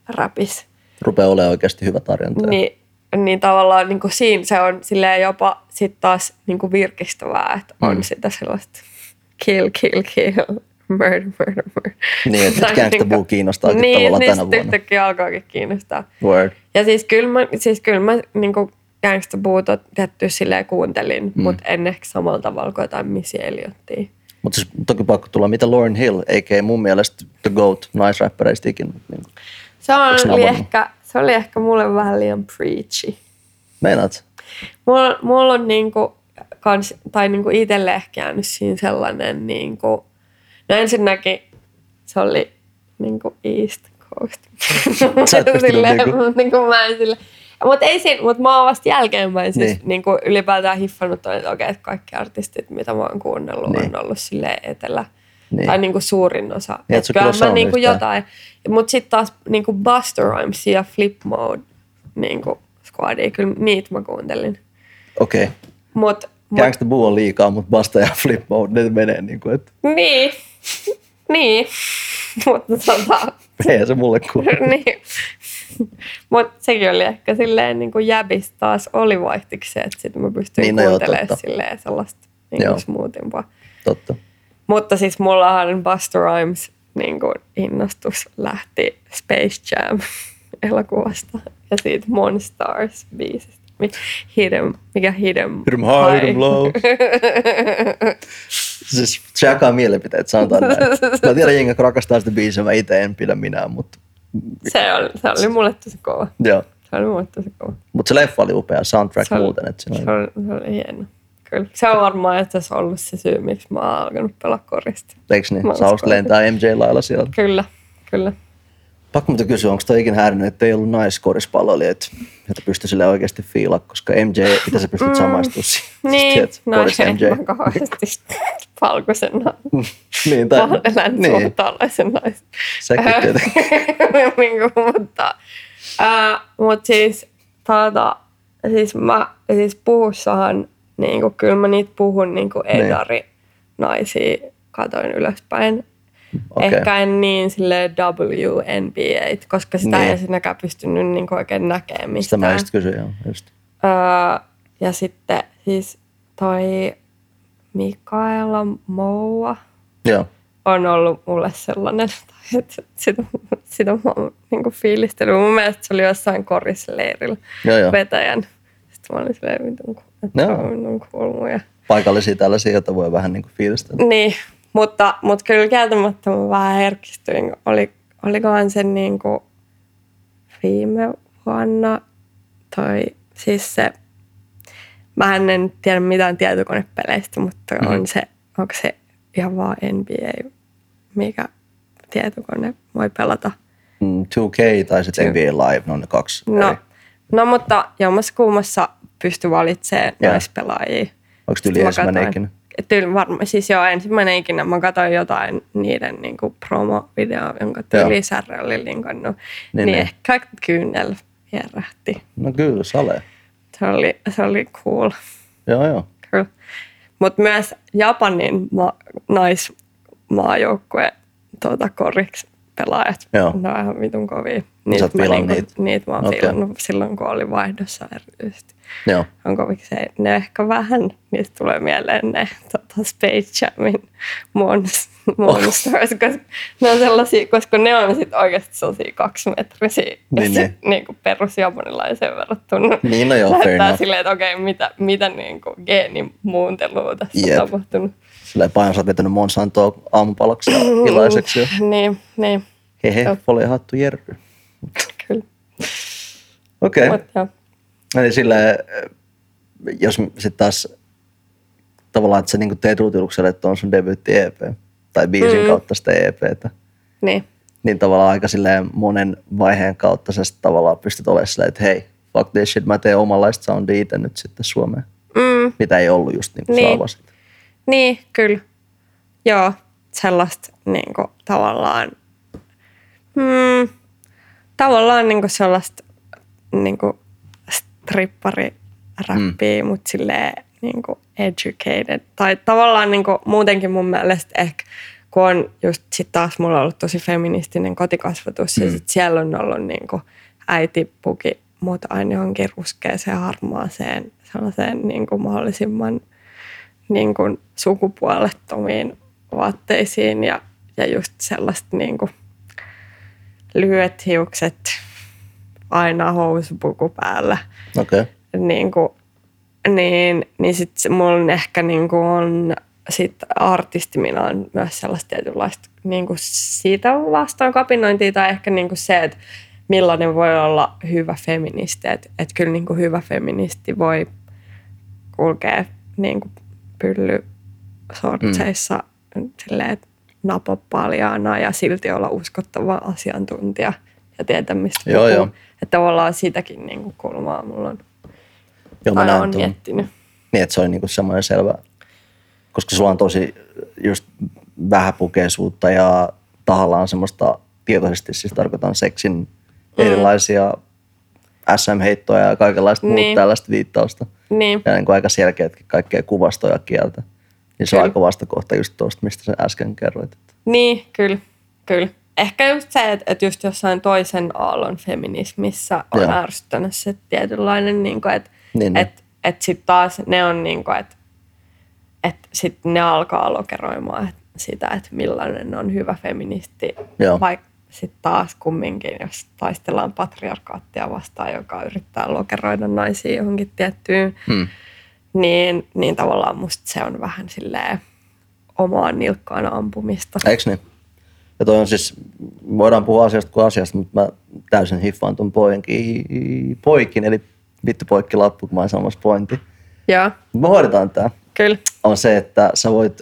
S3: jenkkiräpissä.
S2: Rupeaa olemaan oikeasti hyvä tarjonta.
S3: Niin, niin tavallaan niin kuin siinä se on silleen jopa sit taas niin kuin virkistävää, että on
S2: Mm.
S3: mm. sitä sellaista kill, kill, kill, murder, murder, murder.
S2: Niin, että
S3: Tai
S2: Gangsta
S3: niinku-
S2: Boo kiinnostaakin
S3: niin,
S2: tavallaan
S3: niin
S2: tänä
S3: sit
S2: vuonna.
S3: yhtäkkiä alkaakin kiinnostaa.
S2: Word.
S3: Ja siis kyllä mä, siis kyllä mä niin kuin Gangsta Boota tietty silleen kuuntelin, mm. mutta en ehkä samalla tavalla kuin jotain Missy Elliottia.
S2: Mutta siis toki pakko tulla, mitä Lauren Hill, eikä mun mielestä The Goat naisrappereista ikinä. Niin,
S3: Se,
S2: Onks nää
S3: on, oli
S2: varma?
S3: ehkä, se oli ehkä mulle vähän liian preachy.
S2: meinaat?
S3: Mulla, mulla on niinku, kans, tai niinku itselle ehkä jäänyt siinä sellainen, niinku, no ensinnäkin se oli niinku East Coast.
S2: Sä et pystynyt
S3: Silleen,
S2: niinku-
S3: niinku, mä en sille, Mutta ei siinä, mutta mä oon vasta jälkeenpäin siis
S2: Niin.
S3: niin. Niin kuin ylipäätään hiffannut ton, että okei, että kaikki artistit, mitä mä oon kuunnellut,
S2: Niin.
S3: niin. on ollut silleen etelä.
S2: Niin.
S3: Niin. Tai niin kuin suurin osa.
S2: Niin, et
S3: Et
S2: sä
S3: kyllähän
S2: kyllä
S3: mä niin kuin
S2: saanut
S3: jotain. Mutta sitten taas niin kuin Buster Rhymes ja Flip Mode niin kuin squadia, kyllä niitä mä kuuntelin.
S2: Okei. Okay.
S3: Mut, mut
S2: Gangsta Boo on liikaa, mutta Basta ja Flip Mode, ne menee niin kuin, että
S3: niin, niin, mutta tota,
S2: ei se mulle kuulu.
S3: niin. Mut sekin oli ehkä silleen niin kuin jäbis taas oli vaihtiksi, että sitten mä pystyin
S2: Niin,
S3: niin,
S2: no joo,
S3: kuuntelemaan
S2: totta.
S3: silleen sellaista
S2: Joo.
S3: niin smoothimpaa.
S2: Totta.
S3: Mutta siis mullahan Buster Rhymes niin kuin innostus lähti Space Jam elokuvasta ja siitä Monstars biisistä. Mi- Hidden, mikä hidden,
S2: Hirm high, hirm low. Siis se jakaa mielipiteet, sanotaan näin. Mä tiedän, jengi rakastaa sitä biisiä, mä itse en pidä minä, mutta
S3: Se oli, se oli mulle tosi kova.
S2: joo.
S3: Se oli mulle tosi kova.
S2: Mut se leffa oli upea, soundtrack
S3: Se oli-
S2: muuten, että siinä
S3: Se
S2: oli,
S3: oli, se oli hieno. Kyllä. Se on varmaan että se on ollut se syy, miksi mä oon alkanut pelaa korista.
S2: eiks niin,
S3: Mä uskon.
S2: Saus lentää MJ lailla siellä.
S3: Kyllä, kyllä.
S2: Siis Pakko muuten kysyä, onko toi ikinä häirinyt, että ei ollut naiskorispalloilijoita, jotta pysty sille oikeasti fiilaa, koska MJ, mitä sä pystyt samaistumaan siihen? Siis
S3: Mm. Niin,
S2: tiedät,
S3: no
S2: koris
S3: ei,
S2: MJ.
S3: mä kauheasti valkoisena
S2: niin, tai, niin,
S3: länsuutalaisen naisen.
S2: sekin tietenkin.
S3: niin kuin, mutta, ää, mut siis, taata, siis, mä, siis puhussahan, niin kuin, kyllä mä niitä puhun niin kuin
S2: Niin.
S3: edari naisia katoin ylöspäin.
S2: Okei.
S3: Okay. Ehkä en niin sille WNBA, koska sitä
S2: Niin.
S3: niin. ei sinäkään pystynyt niin kuin oikein näkemään
S2: Sitä
S3: mistään.
S2: mä just kysyin, joo, just.
S3: Öö, ja sitten siis toi Mikaela Moua
S2: Joo,
S3: on ollut mulle sellainen, tai että sitä, sitä mä oon niinku fiilistellyt. Mun mielestä se oli jossain korisleirillä
S2: joo, joo.
S3: vetäjän. Sitten mä olin silleen, että on, että
S2: Joo.
S3: on, on kuullut. Ja...
S2: Paikallisia tällaisia, joita voi vähän niin kuin fiilistellä.
S3: Niin, mutta, mutta kyllä kieltämättä mä vähän herkistyin. Oli, olikohan se niin kuin viime vuonna toi, siis se, mä en tiedä mitään tietokonepeleistä, mutta mm-hmm. on se, onko se ihan vaan NBA, mikä tietokone voi pelata.
S2: Mm, 2K tai sitten NBA Live, ne on ne kaksi.
S3: No,
S2: eri.
S3: no mutta jommassa kuumassa pysty valitsemaan
S2: Joo.
S3: naispelaajia.
S2: Onko tyyli
S3: Mä
S2: ensimmäinen
S3: katoin.
S2: ikinä?
S3: Tyyli varmaan, siis joo, ensimmäinen ikinä mä katsoin jotain niiden niin kuin promovideoa, jonka tyyli
S2: Joo.
S3: Särre oli linkannut,
S2: Niin, niin.
S3: niin, niin, ehkä kyynel hierähti.
S2: No kyllä, sale.
S3: Se oli, se oli cool,
S2: Joo, joo.
S3: kyllä. Mutta myös Japanin ma- naismaajoukkue tuota, koriksi pelaajat,
S2: Joo.
S3: ne on ihan vitun kovia.
S2: sä oot
S3: mä,
S2: pilannut
S3: niinku-
S2: niitä.
S3: niitä mä oon
S2: Okei.
S3: okay. pilannut silloin, kun oli vaihdossa erityisesti.
S2: Joo.
S3: on kovikseen. Ne ehkä vähän, niistä tulee mieleen ne tota, Space Jamin Monst- Monsters, koska ne on sellaisia, koska ne on sit oikeasti sellaisia kaksimetrisiä
S2: Niin,
S3: niin, ja
S2: niin.
S3: sit, niin kuin perusjapanilaiseen verrattuna.
S2: Niin, no joo, fair
S3: Näyttää
S2: enough.
S3: silleen, että okei, mitä, mitä niin kuin geenimuuntelua tässä
S2: Jep.
S3: on tapahtunut.
S2: Sillä paino sä oot vetänyt Monsantoa aamupalaksi ja ilaiseksi. Ja
S3: Niin, niin,
S2: hehe,
S3: Joo.
S2: foliehattu jerry.
S3: kyllä.
S2: Okei. Okay.
S3: Mut joo.
S2: Eli sillä, äh, jos sitten taas tavallaan, että sä niinku teet ruutilukselle, että on sun debyytti EP tai biisin mm. kautta sitä EPtä,
S3: Niin,
S2: niin tavallaan aika silleen monen vaiheen kautta sä sit tavallaan pystyt olemaan silleen, että hei, fuck this shit, mä teen omanlaista soundia itse nyt sitten Suomeen. Mm. Mitä ei ollut just niin kuin niin.
S3: Niin.
S2: sä avasit.
S3: Niin, kyllä. Joo, sellaista niin kuin, tavallaan, mm, tavallaan niin kuin sellaista niin kuin, strippariräppiä, mm. mutta silleen niin kuin, educated. Tai tavallaan niin kuin, muutenkin mun mielestä ehkä, kun on just sit taas mulla on ollut tosi feministinen kotikasvatus mm. ja sit siellä on ollut niin kuin, äiti puki mut aina johonkin ruskeeseen harmaaseen sellaiseen niin kuin, mahdollisimman niin kuin sukupuolettomiin vaatteisiin ja, ja just sellaiset niin kuin lyhyet hiukset aina housupuku päällä.
S2: Okei. Okay.
S3: Niin, kuin, niin, niin sitten mun ehkä niin kuin on sit artistimina on myös sellaista tietynlaista niin kuin siitä vastaan kapinointia tai ehkä niin kuin se, että millainen voi olla hyvä feministi. Että et kyllä niin kuin hyvä feministi voi kulkea niin kuin pylly sortseissa mm. silleen, että napo paljaana ja silti olla uskottava asiantuntija ja tietää, mistä
S2: Joo,
S3: puhuu.
S2: joo.
S3: Että tavallaan sitäkin niin kuin kulmaa mulla on
S2: Joo, mä
S3: aina
S2: näen
S3: on
S2: tuon.
S3: miettinyt.
S2: Niin, että se on niinku semmoinen selvä, koska sulla on tosi just vähäpukeisuutta ja tahallaan semmoista, tietoisesti siis tarkoitan seksin erilaisia SM-heittoja ja kaikenlaista niin.
S3: Niin.
S2: muuta tällaista viittausta.
S3: Niin,
S2: Ja niin kuin aika selkeätkin kaikkea kuvastoja kieltä. Niin se on
S3: Kyllä.
S2: aika vastakohta just tuosta, mistä sä äsken kerroit.
S3: niin kyllä, kyllä. Ehkä just se, että, että just jossain toisen aallon feminismissä on
S2: Joo.
S3: Joo. ärsyttänyt se tietynlainen, niin kuin, että
S2: Niin, niin.
S3: Et, et sitten taas ne on niin kuin, että et sitten ne alkaa lokeroimaan et sitä, että millainen on hyvä feministi.
S2: Joo.
S3: Vaikka sitten taas kumminkin, jos taistellaan patriarkaattia vastaan, joka yrittää lokeroida naisia johonkin tiettyyn,
S2: Hmm.
S3: niin, niin tavallaan musta se on vähän silleen omaan nilkkaan ampumista.
S2: Eiks niin? Ja toi on siis, voidaan puhua asiasta kuin asiasta, mutta mä täysin hiffaan ton poinkin, poikin, eli vittu poikki lappu, kun mä en saamassa pointti.
S3: Joo,
S2: Me hoidetaan tämä.
S3: kyllä.
S2: On se, että sä voit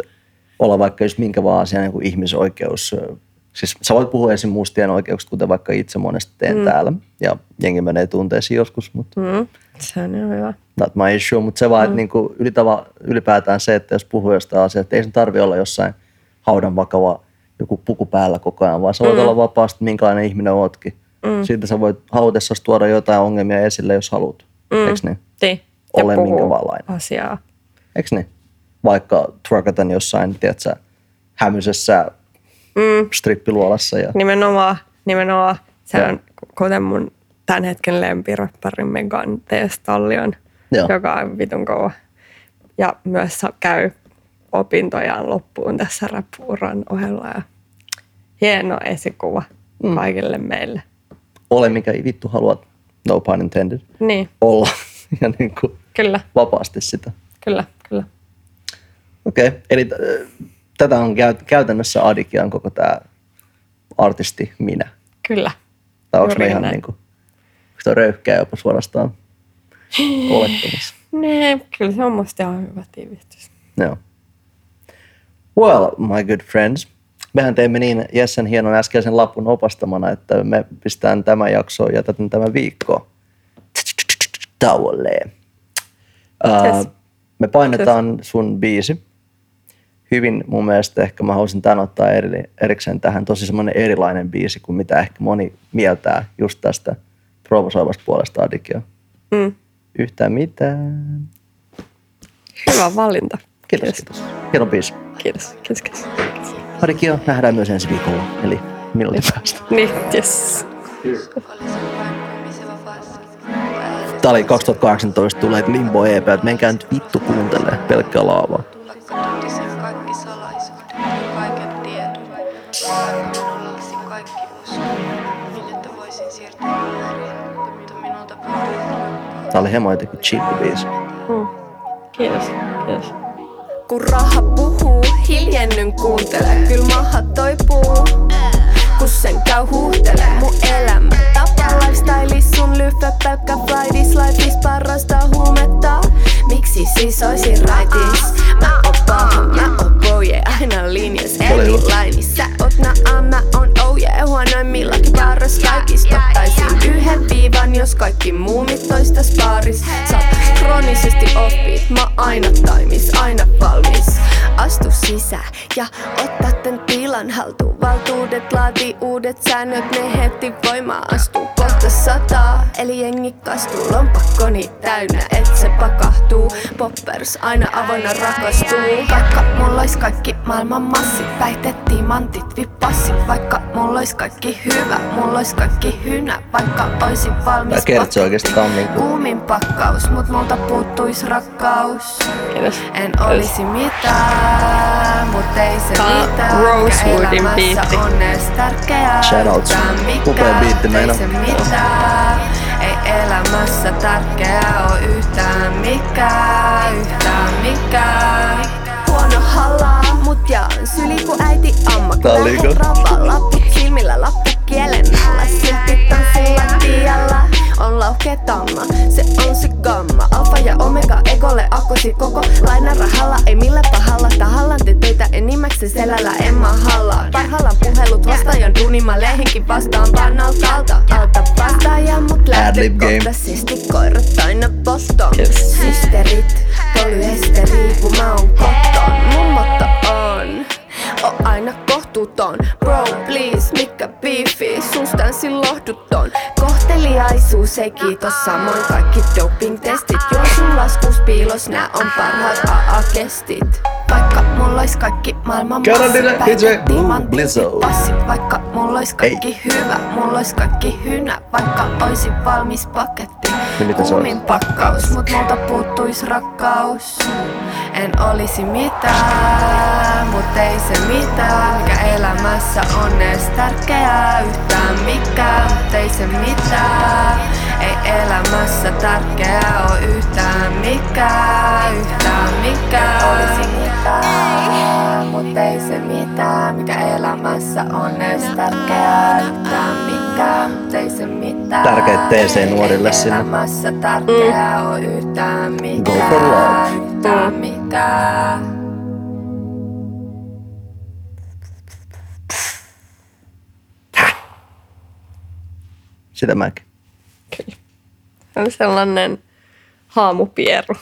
S2: olla vaikka jos minkä vaan asian niin kuin ihmisoikeus. ö, Siis sä voit puhua esim. mustien oikeuksista, kuten vaikka itse monesti teen mm. täällä. Ja jengi menee tunteisiin joskus, mutta
S3: Mm, se on ihan hyvä.
S2: not my issue, mutta se vaan, että niinku ylitava, ylipäätään se, että jos puhuu jostain asiasta, että ei sen tarvi olla jossain haudan vakava joku puku päällä koko ajan, vaan sä voit mm. olla vapaasti minkälainen ihminen ootkin. Mm. Siitä sä voit hautessasi tuoda jotain ongelmia esille, jos haluat. Mm. Eiks niin?
S3: Niin.
S2: Ole
S3: ja puhuu
S2: minkälainen.
S3: asiaa.
S2: Eiks niin? Vaikka truckatan jossain, tiedätkö, hämyisessä mm. strippiluolassa ja
S3: Nimenomaan, nimenomaan. Se
S2: Joo.
S3: on kuten mun tämän hetken lempirapparin Megan Thee Stallion,
S2: Joo.
S3: joka on vitun kova. Ja myös sa- käy opintojaan loppuun tässä rappuuran ohella. Ja hieno esikuva mm. kaikille meille.
S2: ole mikä vittu haluat, no pun intended,
S3: Niin,
S2: olla ja niin kuin
S3: kyllä,
S2: vapaasti sitä.
S3: kyllä, kyllä.
S2: Okei, okay. eli t- ö, tätä on käyt- käytännössä Adikian koko tämä artisti minä.
S3: Kyllä.
S2: Tai onko me
S3: Juuri
S2: ihan
S3: näin.
S2: niinku, onko toi röyhkeä jopa suorastaan olettamassa?
S3: Nee, Niin, kyllä se on musta ihan hyvä tiivistys.
S2: Joo. Well, my good friends, mehän teimme niin Jessen hienon äskeisen lapun opastamana, että me pistetään tämä jakso ja jätetään tämä viikko tauolle.
S3: Yes.
S2: Me painetaan sun biisi. Hyvin mun mielestä ehkä mä haluaisin tämän ottaa eri, erikseen tähän. Tosi semmoinen erilainen biisi kuin mitä ehkä moni mieltää just tästä provosoivasta puolesta Adikio.
S3: Mm.
S2: Yhtään mitään.
S3: Hyvä valinta.
S2: Kiitos,
S3: Kiitos,
S2: kiitos. Hieno biisi.
S3: kiitos, kiitos. kiitos.
S2: Harikio nähdään myös ensi viikolla, eli minuutin päästä.
S3: Niin, yes.
S2: Tää oli 2018 tulleet Limbo EP, että menkää nyt vittu kuuntelee pelkkää laavaa.
S5: Vaikka tuntisin kaikki salaisuudet ja kaiken tiedon. Vaikka minulla olisi kaikki usko, niin että voisin siirtää nuoria, mutta minulta puuttuu
S2: Tää oli hemo jotenkin chilli biisi.
S3: Mm. Kiitos, kiitos.
S1: Kun raha puhuu, hiljennyn kuuntele. Kyl maha toipuu, kun sen käy huuhtele. Mun elämä tapa lifestyle, sun lyhyt pelkkä flightis. Life is parasta huumetta. Miksi siis oisin raitis? Mä oon paha, mä oon boje, aina linjas.
S2: Ole hyvä.
S1: Eli laini, sä oot naa, mä oon oh yeah. Huonoimmillakin paras kaikista ottaisin yhden viivan, jos kaikki muumit toistas paaris. Sä oot kroonisesti opit, mä oon aina taimis, aina valmis. Astu sisään ja ottaa tän tilan haltuun. Valtuudet laatii uudet säännöt, ne heti voimaa astuu. Kohta sataa, eli jengi kastuu. Lompakkoni täynnä, et se pakahtuu. Poppers aina avoinna rakastuu. Vaikka mulla ois kaikki maailman massit, päihteet, timantit, vippassit. Vaikka mulla ois kaikki hyvä, mulla ois kaikki hynä. Vaikka oisin valmis
S2: Tää kertsoo oikeastaan niinku
S1: Kuumin pakkaus, mut multa puuttuis rakkaus.
S3: Kiitos.
S1: En olisi mitään, mut ei se
S3: Tää on
S1: mitään.
S3: Rosewoodin
S1: Elämässä
S3: biitti.
S1: on ees tärkeää.
S2: Shout out.
S1: yhtään mikään,
S2: Upea biitti
S1: mut
S2: meillä.
S1: Ei se mitään, ei elämässä tärkeää oo yhtään mikään, yhtään mikään. Huono hallaa, mut jaan syli ku äiti amma. Kun
S2: Tää on liikaa.
S1: lähet ravalla, lappu silmillä, lappu kielen alla. Silti tanssin lattialla. on lauhkee tamma Se on se gamma, alfa ja omega, egolle akosi koko Lainarahalla, ei millä pahalla tahalla Te töitä enimmäkseen selällä en mä halla Parhaillaan puhelut vastaajan duuni, mä lehinkin vastaan Pannalta alta, alta vastaaja, mut
S2: Adlib game.
S1: lähtökohtaisesti Koirat aina postoon yes. Sisterit, polyesteri, kun mä oon koton Mummotta on, oo aina kohtuuton Bro please, mikä biifi, sun stanssin lohduton Kohteliaisuus ei kiitos, samoin kaikki doping testit Juon sun laskus piilos, nää on parhaat AA-kestit vaikka mulla ois kaikki maailman
S2: Kerran niille,
S1: passi,
S2: DJ
S1: päivät, timantit,
S2: Blizzo.
S1: passi, Vaikka mulla ois kaikki
S2: Ei.
S1: hyvä, mulla ois kaikki hynä Vaikka oisin valmis paketti,
S2: No mitä se
S1: Kuumin pakkaus, mut multa puuttuis rakkaus. En olisi mitään, mut ei se mitään. Mikä elämässä on edes tärkeää yhtään mikään, mut ei se mitään. Ei elämässä tärkeää oo yhtään mikään, yhtään mikään. Olisi mitään, mut ei se mitään. Mikä elämässä on edes tärkeää yhtään mikään, mut ei se mitään.
S2: Tärkeet TC nuorille
S1: Ei
S2: sinne.
S1: Elämässä tärkeää mm. on yhtään mitään.
S2: Go for love.
S1: Yhtään mitään.
S2: Sitä mäkin.
S3: Kyllä. Se on sellainen haamupieru.